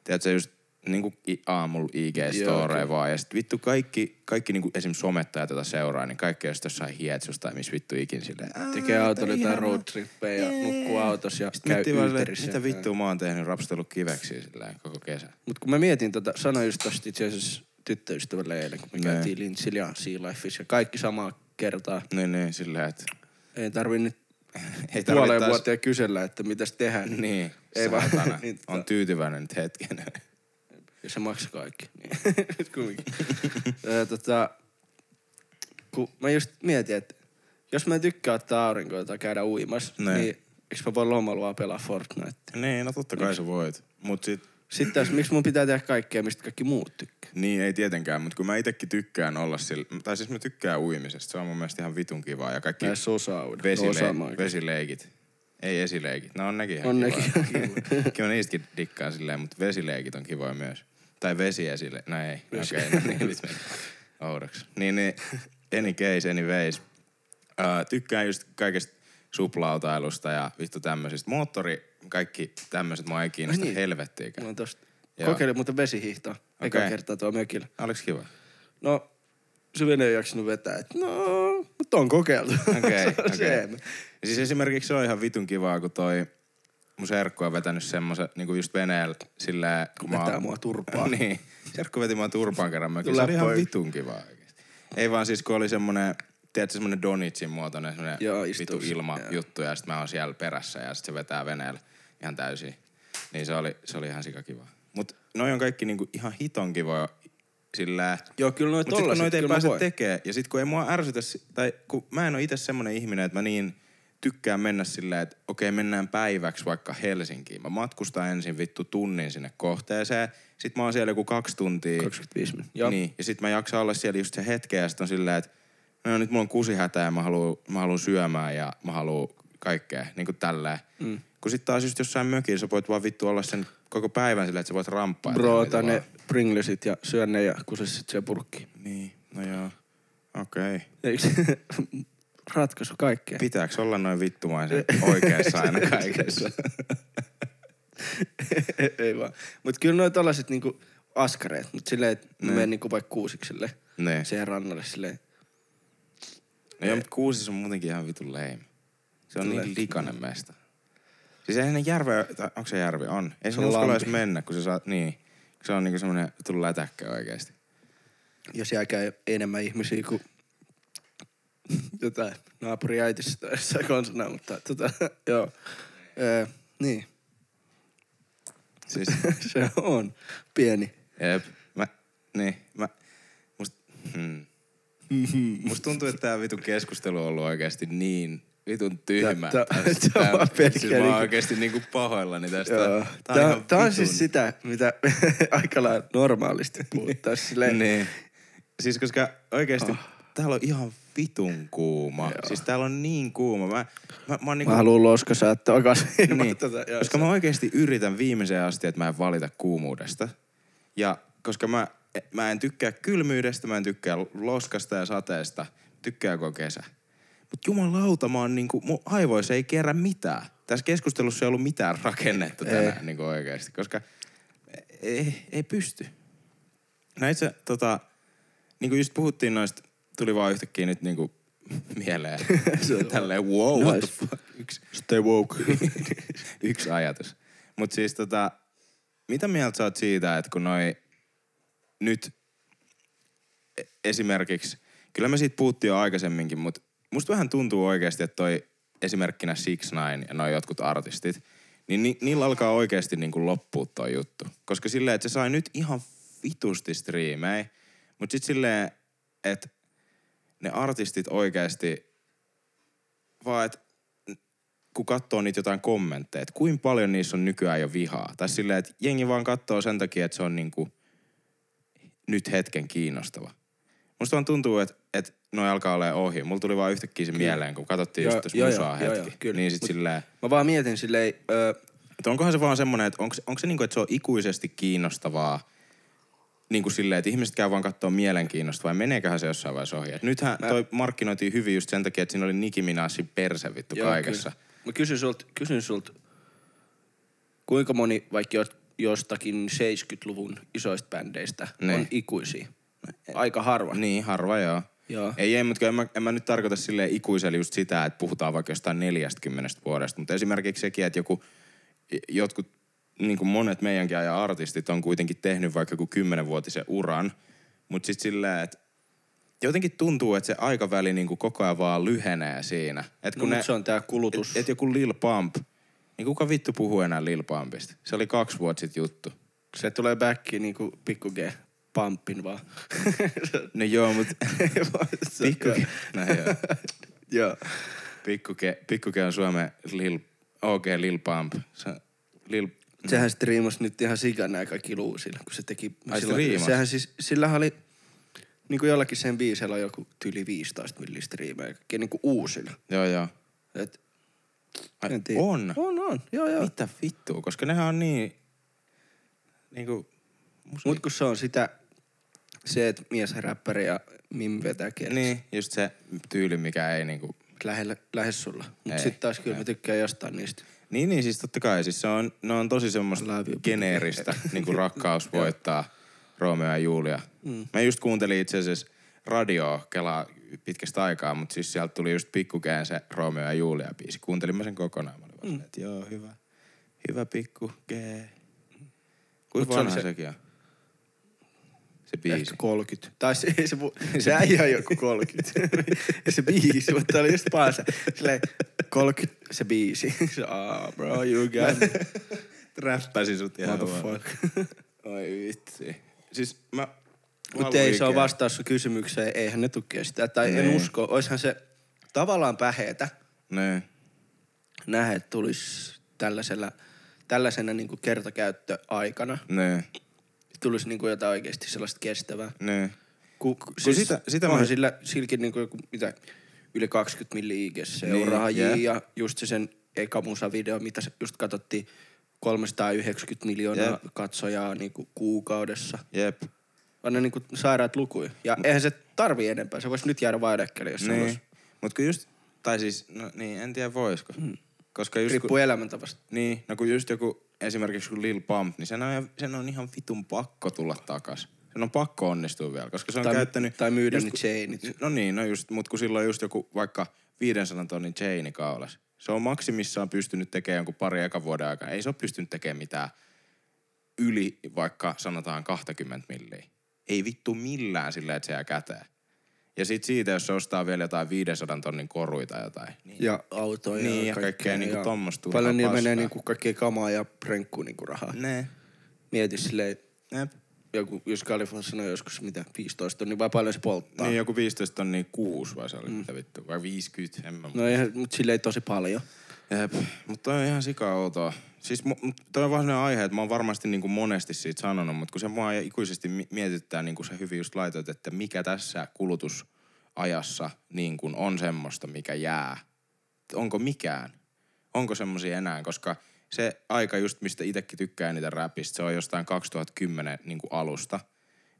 tiedätkö, just niin kuin aamulla IG-storeja vaan, ja sit vittu kaikki, kaikki niin kuin esim. somettajat, joita seuraa, niin kaikki on sit jossain hietsussa tai missä vittu ikin silleen. "Aa,
Tekee autolla
tää
jotain
ihanaa."
road trippeja ja
Jee.
nukkuu autossa ja
Sit
käy
miettii vaan silleen,
ylterissä.
mitä vittua mä oon tehnyt, rapstellut kiveksiä silleen koko kesä.
Mutta kun mä mietin tota, sanoin just tosta itse asiassa tyttöystävälle eilen, kun me
Niin.
käytiin Lintzillä ja Sea Lifeissa ja kaikki samaa kertaa.
Niin, niin, silleen, että
Ei tarvi nyt
ei
puoleen
tarvittaisi-
vuoteen kysellä, että mitäs tehdään.
Niin,
Ei
ei
vaan-
vaan.
[LAUGHS] niin, tota-
on tyytyväinen nyt hetken. [LAUGHS]
Ja se maksaa kaikki. Niin. [LAUGHS] Nyt kumminkin. Ö, tota, kun mä just mietin, että jos mä en tykkää ottaa aurinkoa tai käydä uimassa,
Ne.
niin eikö mä voi lomalla vaan pelaa Fortnite?
niin, no totta kai sä voit. Mut sit
Sitten taas, miksi mun pitää tehdä kaikkea, mistä kaikki muut tykkää?
Niin, ei tietenkään, mutta kun mä itekin tykkään olla sillä, tai siis mä tykkään uimisesta, se on mun mielestä ihan vitun kivaa ja kaikki
Mä en osaa uida.
vesile-
Osaamaan kyllä.
vesileikit, ei esileikit, no on nekin ihan
On
kivoja. [LAUGHS]
nekin.
Kyllä mä niistäkin dikkaan silleen, mutta vesileikit on kivoja myös. Tai vesiesile, no ei,
Vesi-
okei, okay, no niin, nyt meni oudoksi. Niin, niin, any case, any ways. Öö, tykkään just kaikesta suplautailusta ja vittu tämmöisistä. Moottori, kaikki tämmöiset mua ei kiinnosta
Ai niin.
helvettiäkään.
Mä oon tosta.
Joo.
Kokeilin muuten vesihihtoa. Eka
Okei.
kertaa tuo mökillä.
Oliks kiva?
No, se vene ei jaksanut vetää. Et, no, mutta on kokeiltu.
Okei,
[LAUGHS] Se on
okei.
se.
Ja Siis esimerkiksi se on ihan vitun kivaa, kun toi mun serkku on vetänyt semmoisen, niinku just veneellä sillä... Kun
Vetää
oon-
mua
[LAUGHS]
turpaan.
niin. Serkku veti mua turpaan kerran mökin. Se
Tulee
oli ihan
pois.
vitun kivaa oikeesti. Ei vaan siis, kun oli semmonen, tiedätkö, semmonen donitsin muotoinen semmonen
Joo, istuu
vitu
se,
ilma
joo.
juttu ja sit mä oon siellä perässä ja sit se vetää veneellä ihan täysin. Niin se oli, se oli ihan sikakivaa. Mut noi on kaikki niinku ihan hiton kivoja sillä...
Joo, kyllä noin
Mutta sit kun
tollaset,
noita ei
kyllä mä
pääse
voin.
tekee, ja sit kun ei mua ärsytä, si- tai kun mä en ole itse semmonen ihminen, että mä niin tykkään mennä silleen, että okei mennään päiväksi vaikka Helsinkiin. Mä matkustan ensin vittu tunnin sinne kohteeseen, sit mä oon siellä joku kaksi tuntia.
25 minuuttia. Joo.
Joo. Niin, ja sit mä jaksan olla siellä just se hetkeä, ja sit on silleen, että no nyt mulla on kusi hätää, ja mä haluun, mä haluun syömään, ja mä haluun kaikkea, niin kuin tälleen. Mm. Kun sit taas just jossain mökillä sä voit vaan vittu olla sen koko päivän sillä, että sä voit ramppaa.
Bro,
niitä
ota ne
vaan.
Pringlesit ja syö ne ja kuse sit se purkki.
Niin, no joo. Okei. Okay.
Eiks [LAUGHS] ratkaisu kaikkeen?
Pitääks olla noin vittumaisen oikeassa
[LAUGHS]
aina kaikessa?
Ei vaan. Mut kyllä noi tollaset niinku askareet, mut silleen, että ne menee niinku vaikka kuusikselle.
niin.
Siihen rannalle silleen.
No joo, mutta kuusis on muutenkin ihan vitun lame. Se on
Vitun
niin
lame.
likainen mesta. Siis eihän ne järve, tai onko se järvi? On. Ei
Se
se
on
uskalla
lampi.
edes mennä, kun se saa, niin. Se on niinku semmonen vitun lätäkkä oikeesti.
Jos siellä käy enemmän ihmisiä kuin jotain naapuriäitissä tai jossain konsana, mutta tota, joo. Öö, niin, [LAUGHS]
Siis,
se on pieni.
jep. Mä, niin, mä, must,
[LAUGHS]
hmm. Musta tuntuu, että tää vitun keskustelu on ollut oikeasti niin vitun tyhmä.
Tää- tää-
Tästä-
tää on vaan pelkkä
siis mä oon
niinku-
oikeesti niinku pahoillani tästä.
Joo.
Tää on, ihan
tää on
vitun-
siis sitä, mitä [LAUGHS] aika lailla normaalisti puhuttaisiin silleen.
Niin. Siis koska oikeesti täällä on ihan vitun kuuma. Joo. Siis täällä on niin kuuma. Mä, mä, mä oon niinku...
Mä haluun loska saattaa takaisin. [LAUGHS]
niin,
Tota, joo,
koska mä oikeesti yritän viimeiseen asti, että mä en valita kuumuudesta. Ja koska mä, mä en tykkää kylmyydestä, mä en tykkää loskasta ja sateesta. Tykkääkö kesä? Mut jumalauta, mä oon niinku, mun aivoissa ei kerrä mitään. Tässä keskustelussa ei ollut mitään rakennetta tänään niinku oikeesti, koska ei, ei pysty. No itse tota, niin kuin just puhuttiin noista, tuli vaan yhtäkkiä nyt niinku mieleen. Tälleen wow, what the
Nice.
fuck. Yksi,
Stay woke.
[LAUGHS] yksi ajatus. Mut siis tota, mitä mieltä sä oot siitä, että kun noi nyt e- esimerkiksi, kyllä me siitä puhuttiin jo aikaisemminkin, mutta musta vähän tuntuu oikeasti, että toi esimerkkinä Six Nine ja noi jotkut artistit, niin ni, niillä alkaa oikeasti niin kuin loppua toi juttu. Koska silleen, että se sai nyt ihan vitusti striimejä, mutta sit silleen, että ne artistit oikeasti, vaan että kun katsoo niitä jotain kommentteja, että kuinka paljon niissä on nykyään jo vihaa. Tai silleen, että jengi vaan katsoo sen takia, että se on niinku nyt hetken kiinnostava. Musta vaan tuntuu, että, että noi alkaa olemaan ohi. Mulla tuli vaan yhtäkkiä se mieleen, kun katsottiin just
Joo,
tässä
joo,
musaa
joo,
hetki.
joo, joo, kyllä.
Niin sit
Mut-
silleen,
Mä vaan mietin silleen, öö,
että onkohan se vaan semmoinen, että onko, onko se niinku, että se on ikuisesti kiinnostavaa, niin kuin silleen, että ihmiset käy vaan katsoa mielenkiinnosta vai meneeköhän se jossain vaiheessa ohi. Et nythän
Mä-
toi markkinoitiin hyvin just sen takia, että siinä oli Nicki Minajin perse vittu
Joo,
kaikessa.
kyllä. Mä kysyn sulta, kysyn sult, kuinka moni vaikka jo- jostakin 70-luvun isoista bändeistä
Niin.
ne. on ikuisia? Aika harva. Ne.
Niin, harva joo.
Joo.
Ei, ei, mutta en mä, en mä nyt tarkoita silleen ikuiselle just sitä, että puhutaan vaikka jostain 40 vuodesta, mutta esimerkiksi sekin, että joku, jotkut, niin kuin monet meidänkin ajan artistit on kuitenkin tehnyt vaikka joku kymmenenvuotisen uran, mutta sitten silleen, että jotenkin tuntuu, että se aikaväli niin kuin koko ajan vaan lyhenee siinä. Et
No,
kun
ne...
ne,
se on tää kulutus.
et, et joku Lil Pump, niin kuka vittu puhuu enää Lil Pumpista? Se oli kaksi vuotta sitten juttu.
Se tulee backiin niinku pikku G. Pumpin [LAUGHS] vaan.
No joo, mutta
[LAUGHS] Se-
pikku...
joo.
[LAUGHS] No joo.
Joo.
Pikkuke, pikkuke on Suomen Lil, OK Lil Pump. Se, Lil,
Sehän striimasi nyt ihan sikana ja kaikki luusilla, kun se teki...
Ai, striimasi?
sehän siis, sillähän oli niinku jollakin sen biisellä on joku tyyli 15 milliä striimejä, kaikki niinku uusilla.
joo joo.
Et,
Ai,
en tiedä.
on.
On, on. Joo, joo.
Mitä vittua, koska nehän on niin, niinku, musi-
Mut kun se on sitä, se, että mies on räppäri ja mim vetää kielessä.
niin, just se tyyli, mikä ei niinku,
Lähellä, lähes sulla. Mut
Ei,
sit taas kyllä mä tykkään jostain niistä.
niin, niin siis totta kai, siis se on, ne on tosi semmoista
Love you. [LAUGHS]
geneeristä, niinku rakkaus voittaa Romeo ja Julia. Mm. Mä just kuuntelin itse asiassa radioa kelaa pitkästä aikaa, mutta siis sieltä tuli just pikkukään se Romeo ja Julia biisi. Kuuntelin mä sen kokonaan, mä olin vaan mm. että joo, hyvä, hyvä pikku G.
Mut
Kuinka
se oli
vanha se
se-
sekin on? Se biisi.
Ehkä 30. Tai se, ei
[LAUGHS]
se, se, se äijä on joku 30. [LAUGHS] se biisi, mutta tää oli just paasa. Silleen 30, se biisi.
[LAUGHS]
Se, ah, bro, you got me. [LAUGHS]
räppäsin sut ihan vaan.
Motherfuck.
Oi vitsi. Siis mä... mä
Mut
haluun
ei se ole
ikinä-
vastaus sun kysymykseen, eihän ne tukee sitä. Tai en
Niin.
usko, oishan se tavallaan päheetä
Niin.
nähdä, että tulisi tällaisella, tällaisena niin kertakäyttöaikana.
Niin.
tulisi niinku jotain oikeasti sellaista kestävää.
Niin.
Ku, ku, siis
sitä-
sitä,
sitä
sitä onhan
mä-
mä... sillä silläkin niinku joku, mitä, yli 20 milli IG seuraa
Niin, jep.
niin, ja just se sen eka musavideo, mitä se just katsottiin, 390 miljoonaa
Jep.
katsojaa niinku kuukaudessa.
Jep.
On ne niinku sairaat lukuja. Ja eihän se tarvii enempää. Se voisi nyt jäädä vaan eläkkeelle, jos niin.
Mm. Niin.
haluaisi.
Mut kun just, tai siis, no niin, en tiedä voisiko. Koska just kun,
Riippuu elämäntavasta.
niin, no kun just joku, esimerkiksi kun Lil Pump, niin sen on, sen on ihan vitun pakko tulla takas. Sen on pakko onnistua vielä, koska se on
Tai,
käyttänyt...
tai myydä
just
ne
kun-
chainit.
No niin, no just, mut kun silloin just joku vaikka 500 tonnin chaini kaulas. Se on maksimissaan pystynyt tekemään jonkun pari ekan vuoden aikaa. Ei se ole pystynyt tekemään mitään yli vaikka sanotaan 20 milliä. Ei vittu millään sillä, että se jää käteen. Ja sit siitä, jos se ostaa vielä jotain 500 tonnin koruita tai jotain. Niin.
Ja autoja
Niin, ja kaikkea niinku tommosta turhaa
Paljon niillä
paskaa.
menee niinku kaikkea kamaa ja prenkkuun niinku rahaa.
Ne.
Mieti silleen,
Jep.
joku, jos Kalifan sanoi joskus mitä, 15 tonnia, vai paljon se polttaa?
Niin, joku 15 tonnia kuusi vai se oli mm. mitä vittu. Vai 50, en mä
No eihän, mut silleen tosi paljon.
Jep, mutta toi on ihan sika outoa. Siis mu- mut toi on vaan sellainen aihe, että mä oon varmasti niinku monesti siitä sanonut, mutta kun se mua ikuisesti mi- mietityttää, niin kuin sä hyvin just laitoit, että mikä tässä kulutusajassa niin kuin on semmoista, mikä jää. Onko mikään? Onko semmoisia enää? Koska se aika just, mistä itsekin tykkää niitä räpistä, se on jostain 2010 niin kuin alusta.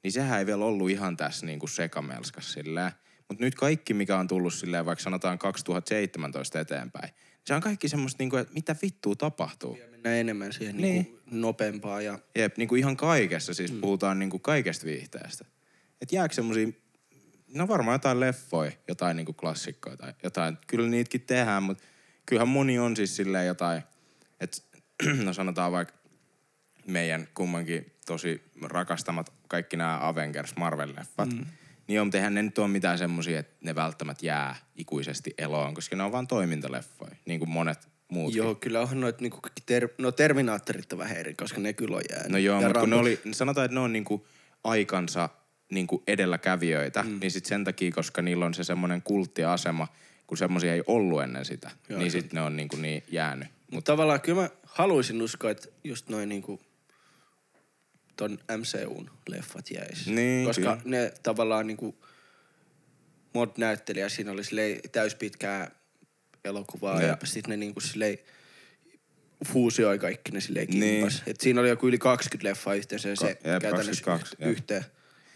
Niin sehän ei vielä ollut ihan tässä niin kuin sekamelskassa silleen. Mutta nyt kaikki, mikä on tullut silleen vaikka sanotaan 2017 eteenpäin, se on kaikki semmoista, niin kuin, että mitä vittua tapahtuu.
Ja mennään enemmän siihen niin. niinku nopeampaa ja
Jep, niin kuin ihan kaikessa, siis mm. puhutaan niin kuin kaikesta viihteestä. Että jääkö semmosia, no varmaan jotain leffoja, jotain niin kuin klassikkoja tai jotain. Kyllä niitäkin tehdään, mutta kyllähän moni on siis silleen jotain, että [CLEARS THROAT] no sanotaan vaikka meidän kummankin tosi rakastamat kaikki nämä Avengers Marvel-leffat, mm. niin on, tehän ne nyt on mitään semmosia, että ne välttämättä jää ikuisesti eloon, koska ne on vaan toimintaleffoja, niin kuin monet muut.
Joo, kyllä onhan noit niinku kaikki ter- no terminaattorit on vähän eri, koska ne kyllä on jäänyt.
No joo,
ja
mutta kun ne
Rambo-
oli, sanotaan, että ne on niinku aikansa niinku edelläkävijöitä, mm. niin sitten sen takia, koska niillä on se semmoinen kulttiasema, kun semmoisia ei ollut ennen sitä, joo,
Joo,
niin
se-
sitten ne on niinku niin jäänyt. Mut,
Mut tavallaan kyllä mä haluaisin uskoa, että just noin niinku ton MCUn leffat jäis.
Niin,
Koska
kyllä.
ne tavallaan niinku mod-näyttelijä siinä oli silleen täys pitkää elokuvaa
Joo.
ja sit ne niinku silleen fuusioi kaikki ne silleen
Niin.
kimpas. Et siinä oli joku yli 20 leffaa yhteensä ja
Ka-
se
jep,
käytännössä
22,
yht-
jep.
yhteen.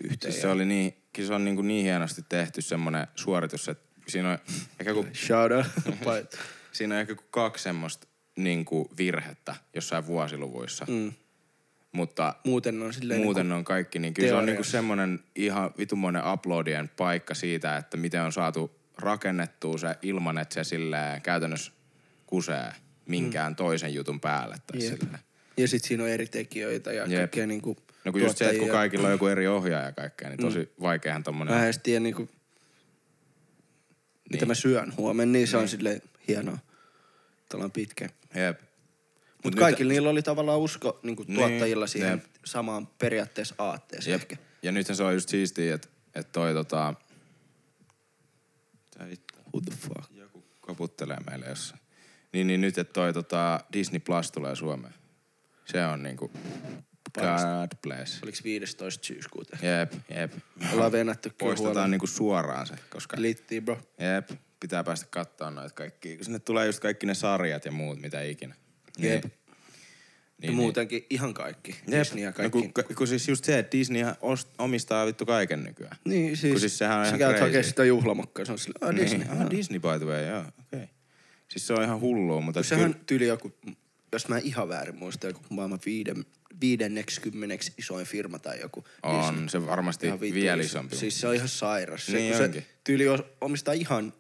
yhteen
siis se, oli niin, kyllä se on niinku niin hienosti tehty semmoinen suoritus, että siinä on ehkä kun
Shout out. [LAUGHS] But,
Siinä on ehkä ku- kaksi semmoista niin kuin virhettä jossain vuosiluvuissa. Mm. Mutta
muuten ne on silleen niinku-
muuten ne on kaikki, niin kyllä se on niinku
teoriassa.
semmoinen ihan vitumoinen uploadien paikka siitä, että miten on saatu rakennettua se ilman, että se silleen käytännössä kusee minkään mm. toisen jutun päälle. Tai
Jep.
silleen.
Ja sit siinä on eri tekijöitä ja
Jep.
Jep. kaikkea niinku
No kun just se, että kun
tuottajia.
kaikilla on joku eri ohjaaja ja kaikkea, niin tosi mm. vaikeahan tommonen.
Mä en edes tiedä niinku, niin. mitä mä syön huomenna, niin se on silleen hienoa. Tällainen pitkä.
Jep.
Mutta
nyt-
kaikilla niillä oli tavallaan usko niinku
Niin,
tuottajilla siihen
jep.
samaan periaatteessa aatteeseen
Jep.
ehkä.
Ja nythän se on just siistiä, että et toi tota... Mitä vittua?
Who the fuck?
Joku koputtelee meille jossain. Niin, niin nyt, että toi tota, Disney Plus tulee Suomeen. Se on niinku...
Parasta.
God bless.
Oliks 15 syyskuuta?
Jep, jep.
Ollaan venätty kyllä
Poistetaan
huomenna.
niinku suoraan se, koska...
Littiin bro.
Jep, pitää päästä katsoa noita kaikki. Kun sinne tulee just kaikki ne sarjat ja muut, mitä ikinä.
Jep.
Niin,
Niin, ja muutenkin ihan kaikki.
Jep.
Disney ja kaikki.
No, kun, kun, siis just se, että Disney omistaa vittu kaiken nykyään.
niin siis,
kun siis sehän on
sä
ihan
käyt
crazy.
hakee sitä juhlamokkaa, se on silleen, ah Disney.
Niin. Ah, Disney by the way, joo. Okei. Okay. Siis se on ihan hullua, mutta...
Sehän tyyli joku, jos mä en ihan väärin muista, joku maailman viiden, viidenneksi kymmeneksi isoin firma tai joku. niin
On, se varmasti
Ihan vitu
vielä
iso.
isompi.
Siis se on ihan sairas. Se,
Niin
niin se
onkin.
tyyli os- omistaa ihan...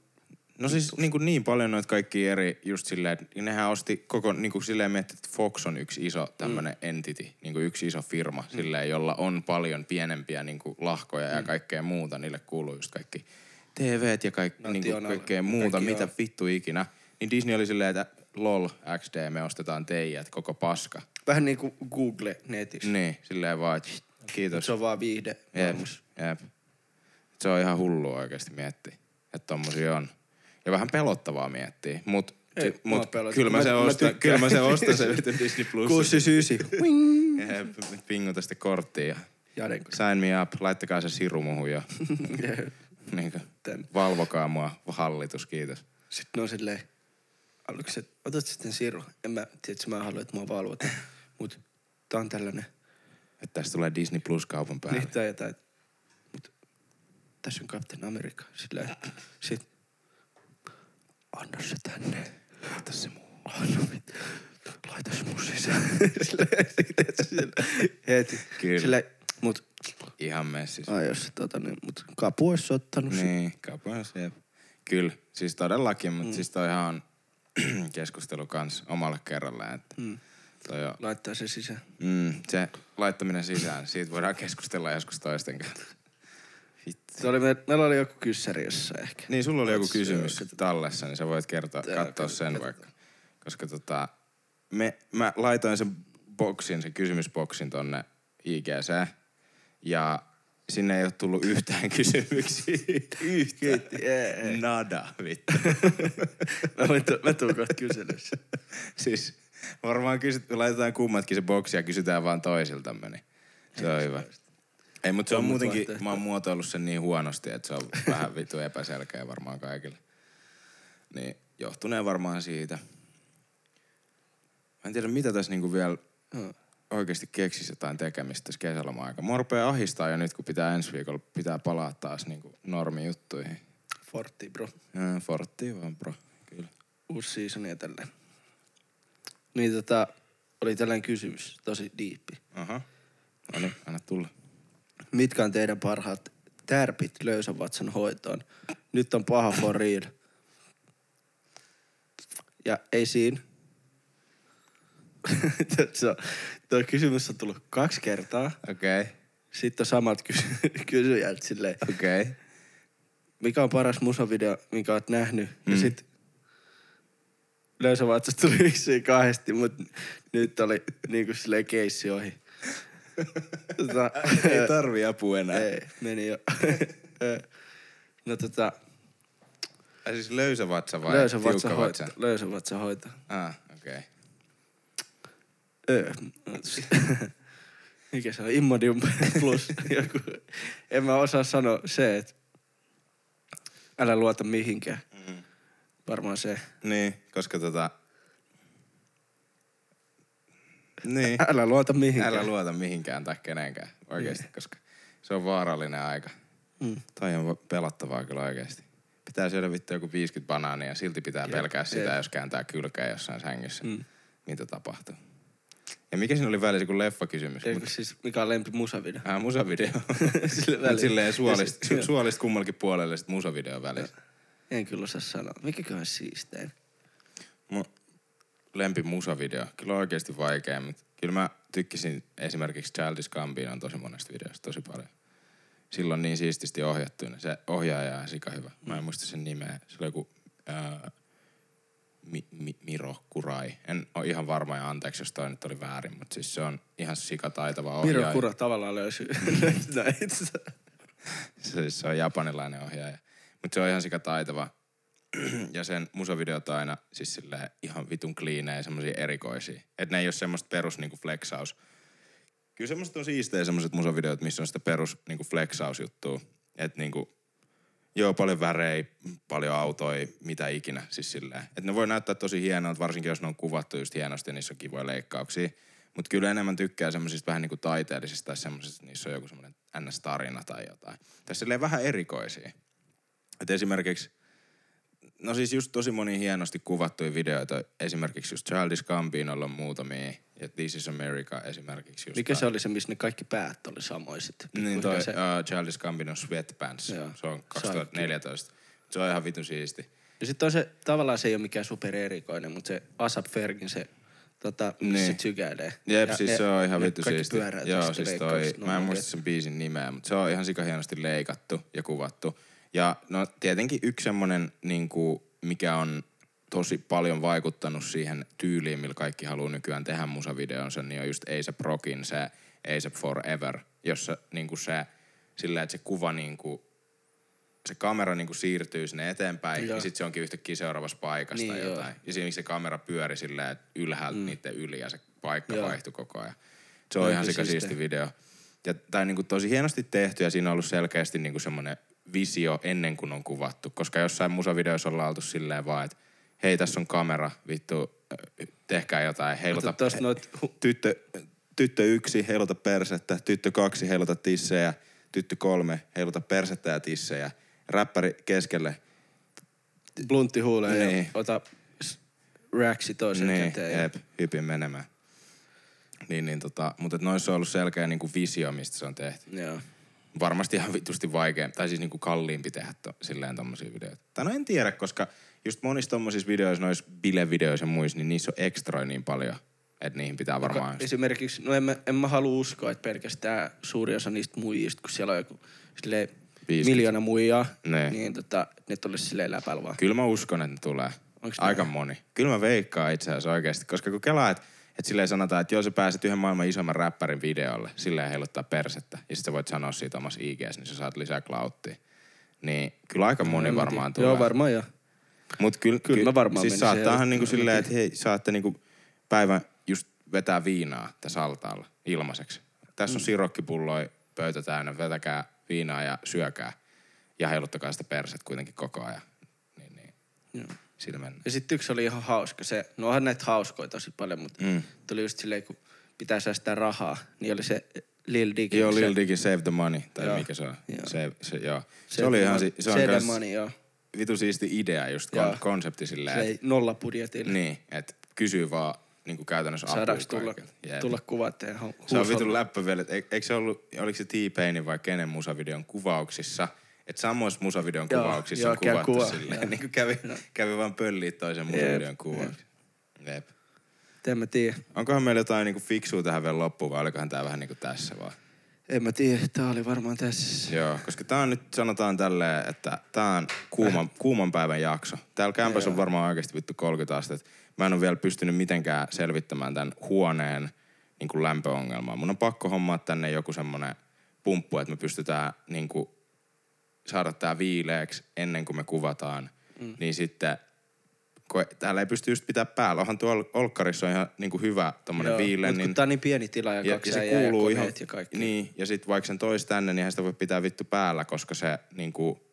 No siis niin, kuin niin paljon noita kaikki eri, just silleen, että nehän osti koko, niin kuin silleen miettii, että Fox on yksi iso tämmönen mm. entity, niin kuin yksi iso firma, mm. silleen, jolla on paljon pienempiä niin kuin lahkoja mm. ja kaikkea muuta. Niille kuuluu just kaikki TVt ja kaik, niin kuin
National-
kaikkea muuta,
kaikki,
mitä
joo.
vittu ikinä. Niin Disney oli silleen, että lol, XD, me ostetaan teijät, koko paska.
Vähän niin kuin Google netissä. Mm.
Niin, silleen vaan, että kiitos.
Se on vaan viihde.
Jep,
Varmasti.
jep. Se on ihan hullua oikeasti miettiä, että tommosia on. Ja vähän pelottavaa miettiä, mut,
Ei,
si-
mua
mut
pelottaa.
kyllä mä,
Mä-
sen
mä
ostan,
tykkään.
kyllä mä sen ostan sen vittu [LAUGHS] Disney Plus.
[LAUGHS] 699. Wing.
Jep, pinguta sitä korttia ja
Jaden kanssa.
sign me up, laittakaa se siru muhun ja [LAUGHS]
Jep.
niinku,
[LAUGHS] Tän.
valvokaa mua hallitus, kiitos.
Sitten ne on silleen, Oliko se, otat sitten Siru. En mä, tiedätkö, mä haluan, että mua valvotaan. Mut tää on tällainen,
Että tästä tulee Disney Plus kaupan päälle.
niin tää ja tää. Mut tässä on Captain America. Sillä ei- sit, anna se tänne. Laita se muu. Anna mit. Laita se mun sisään. [LAUGHS] Sillä, sillä, sillä, heti.
Kyllä. Ah,
Sillä, mut,
Ihan messissä.
ai jos se tota niin, mut kapu olisi ottanut niin.
Niin, kaupoissa, jep. Kyllä, siis todellakin, mutta mm. siis toi ihan on [CLEARS THROAT] keskustelu kans omalla kerralla, että mm. toi on,
Laittaa se sisään.
mm, se laittaminen sisään, siitä voidaan keskustella joskus toisten kanssa. Vittu.
Se oli, me, meillä oli joku kyssäri jossain ehkä.
Niin, sulla oli joku
Katso,
kysymys
joo,
tallessa, niin sä voit kertoa,
Tää,
katsoa sen vaikka. Koska tota, me, mä laitoin sen boksin, sen kysymysboksin tonne IGC, ja sinne ei ole tullut yhtään [LAUGHS] kysymyksiä. yhtään.
Jee.
Nada, vittu.
Mä, voin tu- mä tuun kohta kyselyssä.
siis varmaan kysyt, laitetaan kummatkin se boksi ja kysytään vaan toisiltamme, niin se on hyvä. Ei, mutta se on
Tuommoinen
muutenkin,
vaihtoehto.
mä oon muotoillut sen niin huonosti, että se on vähän vitu epäselkeä varmaan kaikille. Niin, johtunee varmaan siitä. Mä en tiedä, mitä tässä niinku vielä
Joo.
oikeasti keksisi jotain tekemistä tässä kesäloma-aika. Mua rupeaa ahistaa jo nyt, kun pitää ensi viikolla pitää palaa taas niinku normijuttuihin.
Fortti, bro.
Ää, Forttiin vaan, bro. Kyllä.
Uusi season ja tälleen. Niin tota, oli tällainen kysymys, tosi diippi.
Aha. No niin, anna tulla.
Mitkä on teidän parhaat tärpit löysävatsan hoitoon? Nyt on paha for real. Ja ei siinä. [LAUGHS] Tässä on- Tuo kysymys on tullut kaksi kertaa.
Okei. Okay.
Sitten on samat kysy- kysyjät silleen.
Okei. Okay.
mikä on paras musavideo, minkä oot nähnyt. Mm. Ja sit löysävatsasta tuli vissiin kahdesti, mut nyt oli niinku silleen keissi ohi. Tota,
[LAUGHS] Ei tarvi apua enää.
ei, meni jo. [LAUGHS] no tota,
Ai siis löysä vatsa vai
löysä
tiukka
vatsa hoito. Löysä vatsa hoito.
Ah, okei. Okay.
Öö. [LAUGHS] Mikä se on? Immodium [LAUGHS] plus joku. En mä osaa sanoa se, että älä luota mihinkään.
Mm.
Varmaan se.
Niin, koska tota... Niin.
Älä luota mihinkään.
Älä luota mihinkään Niin. tai kenenkään oikeasti, koska se on vaarallinen aika. Mm. Toi on va- pelottavaa kyllä oikeasti. Pitää syödä vittu joku 50 banaania ja silti pitää Jep. pelkää sitä,
jep.
jos kääntää kylkeä jossain sängyssä. Mm. Mitä tapahtuu? Ja mikä siinä oli välissä, kun leffakysymys?
Eikö siis mikä on lempi musavideo?
Äh, musavideo.
Sille
[LAUGHS] Sille
väliin.
Silleen
Ja
suolist,
sit-
su, suolist kummallakin puolelle sit musavideo välissä.
En kyllä osaa sanoa. Mikäköhän siistein?
Mun lempi musavideo. Kyllä on oikeasti vaikea, mutta kyllä mä tykkäsin esimerkiksi Childish Gambinon tosi monesta videosta tosi paljon. Silloin niin siististi ohjattu. niin Se ohjaaja on sika hyvä. Mä en muista sen nimeä. Se oli joku ää, mi, mi, Miro Kurai. En ole ihan varma ja anteeksi, jos toi nyt oli väärin, mutta siis se on ihan sika taitava ohjaaja.
Miro Kura tavallaan löysi
Mm.
löysi [LAUGHS] näitä.
se, se on japanilainen ohjaaja. Mutta se on ihan sika taitava. [CLEARS THROAT] ja sen musavideot on aina siis silleen ihan vitun kliinejä ja semmosia erikoisia. Et ne ei ole semmoista perus niinku flexaus. Kyllä semmoset on siistejä semmoset musavideot, missä on sitä perus niinku flexausjuttua. Et niinku, joo paljon värejä, paljon autoja, mitä ikinä. Siis silleen. Et ne voi näyttää tosi hienolta, varsinkin jos ne on kuvattu just hienosti ja niissä on kivoja leikkauksia. Mutta kyllä enemmän tykkää semmoisista vähän niinku taiteellisista tai semmoisista, että niissä on joku semmoinen NS-tarina tai jotain. Tai silleen vähän erikoisia. Et esimerkiksi, no siis just tosi moni hienosti kuvattuja videoita. Esimerkiksi just Childish Gambinolla on muutamia. Ja This is America esimerkiksi just.
Mikä se oli se, missä ne kaikki päät oli samoiset?
Niin toi
Se,
uh, Childish Gambino Sweatpants.
Joo.
Se on 2014. Se on ihan vitun siisti.
ja sit on se, tavallaan se ei ole mikään super erikoinen, mutta se Asap Fergin se, tota, niin.
Niin.
se sykäilee.
Jep,
Ja
siis
ne-
se on ihan
ne
vittu
kaikki
siisti.
pyöräytää
Joo,
sitä
siis toi,
leikkaukset, no
mä en
niin,
muista sen biisin nimeä, mutta se on ihan sika hienosti leikattu ja kuvattu. Ja no tietenkin yksi semmonen, niin kuin, mikä on tosi paljon vaikuttanut siihen tyyliin, millä kaikki haluaa nykyään tehdä musavideonsa, niin on just A$AP Rockin se A$AP Forever, jossa niin kuin se, sillä että se kuva niin kuin, se kamera niin kuin siirtyy sinne eteenpäin
Joo.
ja sitten se onkin yhtäkkiä seuraavassa paikassa
Niin,
tai
joo.
jotain. Ja siinä se kamera pyöri silleen että ylhäältä mm. niiden yli ja se paikka
Joo. Niin
Joo. vaihtui koko ajan. Se on
Joo,
ihan
kyllä
sika siisti
siistiä.
video. Ja tämä on niinku tosi hienosti tehty ja siinä on ollut selkeästi niinku semmoinen visio ennen kuin on kuvattu. Koska jossain musavideoissa ollaan oltu silleen vaan, että hei tässä on kamera, vittu, äh, tehkää jotain, heiluta,
Tässä noit hu-
tyttö, tyttö yksi, heiluta persettä, tyttö kaksi, heiluta tissejä, tyttö kolme, heiluta persettä ja tissejä, räppäri keskelle,
bluntti huuleen ja
Niin.
ota s- raksi toisen
niin,
käteen.
jep, hypin menemään. Niin, niin tota, mutta et noissa on ollut selkeä niinku visio, mistä se on tehty.
Joo.
Varmasti ihan vitusti vaikea, tai siis niinku kalliimpi tehdä to, silleen tommosia videoita. Tai no en tiedä, koska just monissa tommosissa videoissa, noissa bilevideoissa ja muissa, niin niissä on ekstroi niin paljon, että niihin pitää varmaan...
Ka- esimerkiksi, no en mä, en mä halua uskoa, että pelkästään suuri osa niistä muijista, kun siellä on joku silleen
50.
miljoona muijaa,
Ne.
niin tota, ne tulisi silleen läpällä vaan.
Kyllä mä uskon, että ne tulee.
Onks
Aika moni. Kyllä mä veikkaan itse asiassa oikeasti, koska kun kelaat, että et silleen sanotaan, että joo sä pääset yhden maailman isomman räppärin videolle, silleen heiluttaa persettä, ja sitten sä voit sanoa siitä omassa IGs, niin sä saat lisää klauttia. Niin kyllä aika moni varmaan tulee.
Joo, varmaan joo.
Mut kyllä,
Kyllä mä varmaan
Siis
menisin
saattaahan
heille.
niinku silleen, että hei, saatte niinku päivän just vetää viinaa tässä altaalla ilmaiseksi. Tässä
Mm.
on sirokkipulloja pöytä täynnä, vetäkää viinaa ja syökää. Ja heiluttakaa sitä perset kuitenkin koko ajan. Niin, niin.
joo.
Sillä mennään.
Ja sitten yksi oli ihan hauska. Se, no onhan näitä hauskoja tosi paljon, mutta mm. tuli just silleen, kun pitää säästää rahaa, niin oli se Lil Dicky.
Joo,
se-
Lil Diggin Save the Money, tai
Joo.
mikä se on.
Joo.
Save, se, joo. Se, oli ihan, si- se on
Save the
kans
money, joo.
vitu siisti idea just,
Joo.
kon, konsepti silleen,
Se
et,
ei nolla budjetilla.
niin, että kysyy vaan niinku käytännössä apua
Saadaanko tulla,
kaikilta. Jep.
tulla kuvat ja hu-
Se on
huusolle?
vitun läppä vielä, että eikö se ollut, oliko se T-Painin vai kenen musavideon kuvauksissa, että samoissa musavideon
Joo,
kuvauksissa
joo,
on
käy
kuvattu
kuva,
silleen, [LAUGHS]
joo. No.
niin kuin kävi, kävi vaan pölliä toisen musavideon kuvauksen. Jep.
En mä tiedä.
Onkohan meillä jotain niinku fiksua tähän vielä loppuun vai olikohan tää vähän niinku tässä vaan?
En mä tiedä. Tää oli varmaan tässä.
Joo, koska tää on nyt, sanotaan tälleen, että tää on kuuman,
[LAUGHS]
kuuman päivän jakso. Täällä kämpässä on varmaan oikeasti vittu 30 astetta. Mä en ole vielä pystynyt mitenkään selvittämään tämän huoneen niin kuin lämpöongelmaa. Mun on pakko hommaa tänne joku semmonen pumppu, että me pystytään niin kuin, saada tää viileäksi ennen kuin me kuvataan. Mm. Niin sitten, kun täällä ei pysty just pitää päällä. Onhan tuolla olkkarissa on ihan niin kuin hyvä tommonen viileä.
Mut kun
Niin
tää on niin pieni tila ja, kaksi äijää ja koneet ja kaikki.
niin, ja sit vaikka sen tois tänne, niin eihän sitä voi pitää vittu päällä, koska se niinku,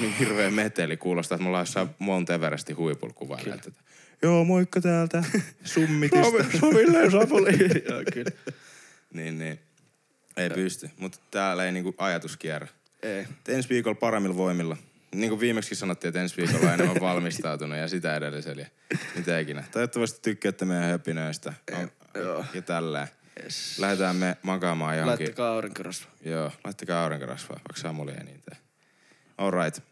niin hirveä meteli kuulostaa, että me ollaan jossain Mount Everestin huipulla kuvailla tätä. Joo, moikka
[LAUGHS]
täältä Summitista.
Ville Sapuli. [LAUGHS] Joo, kyllä.
[LAUGHS] niin, niin. Ei pysty, mutta täällä ei niinku ajatus kierrä.
Ei.
Et Ensi viikolla paremmilla voimilla. Niin kuin viimeksi sanottiin, että ensi viikolla on
[LAUGHS]
enemmän valmistautunut ja sitä edellisellä. ja Mitä ikinä. Toivottavasti tykkäätte meidän höpinöistä on,
joo.
ja tälleen.
Yes.
Lähdetään me makaamaan johonkin.
Laittakaa aurinkorasva.
Joo, laittakaa niin aurinkorasvaa, vaikka Samuli ei niitä. All right.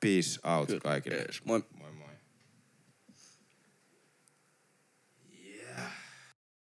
Peace out kaikille.
Yes. Moi.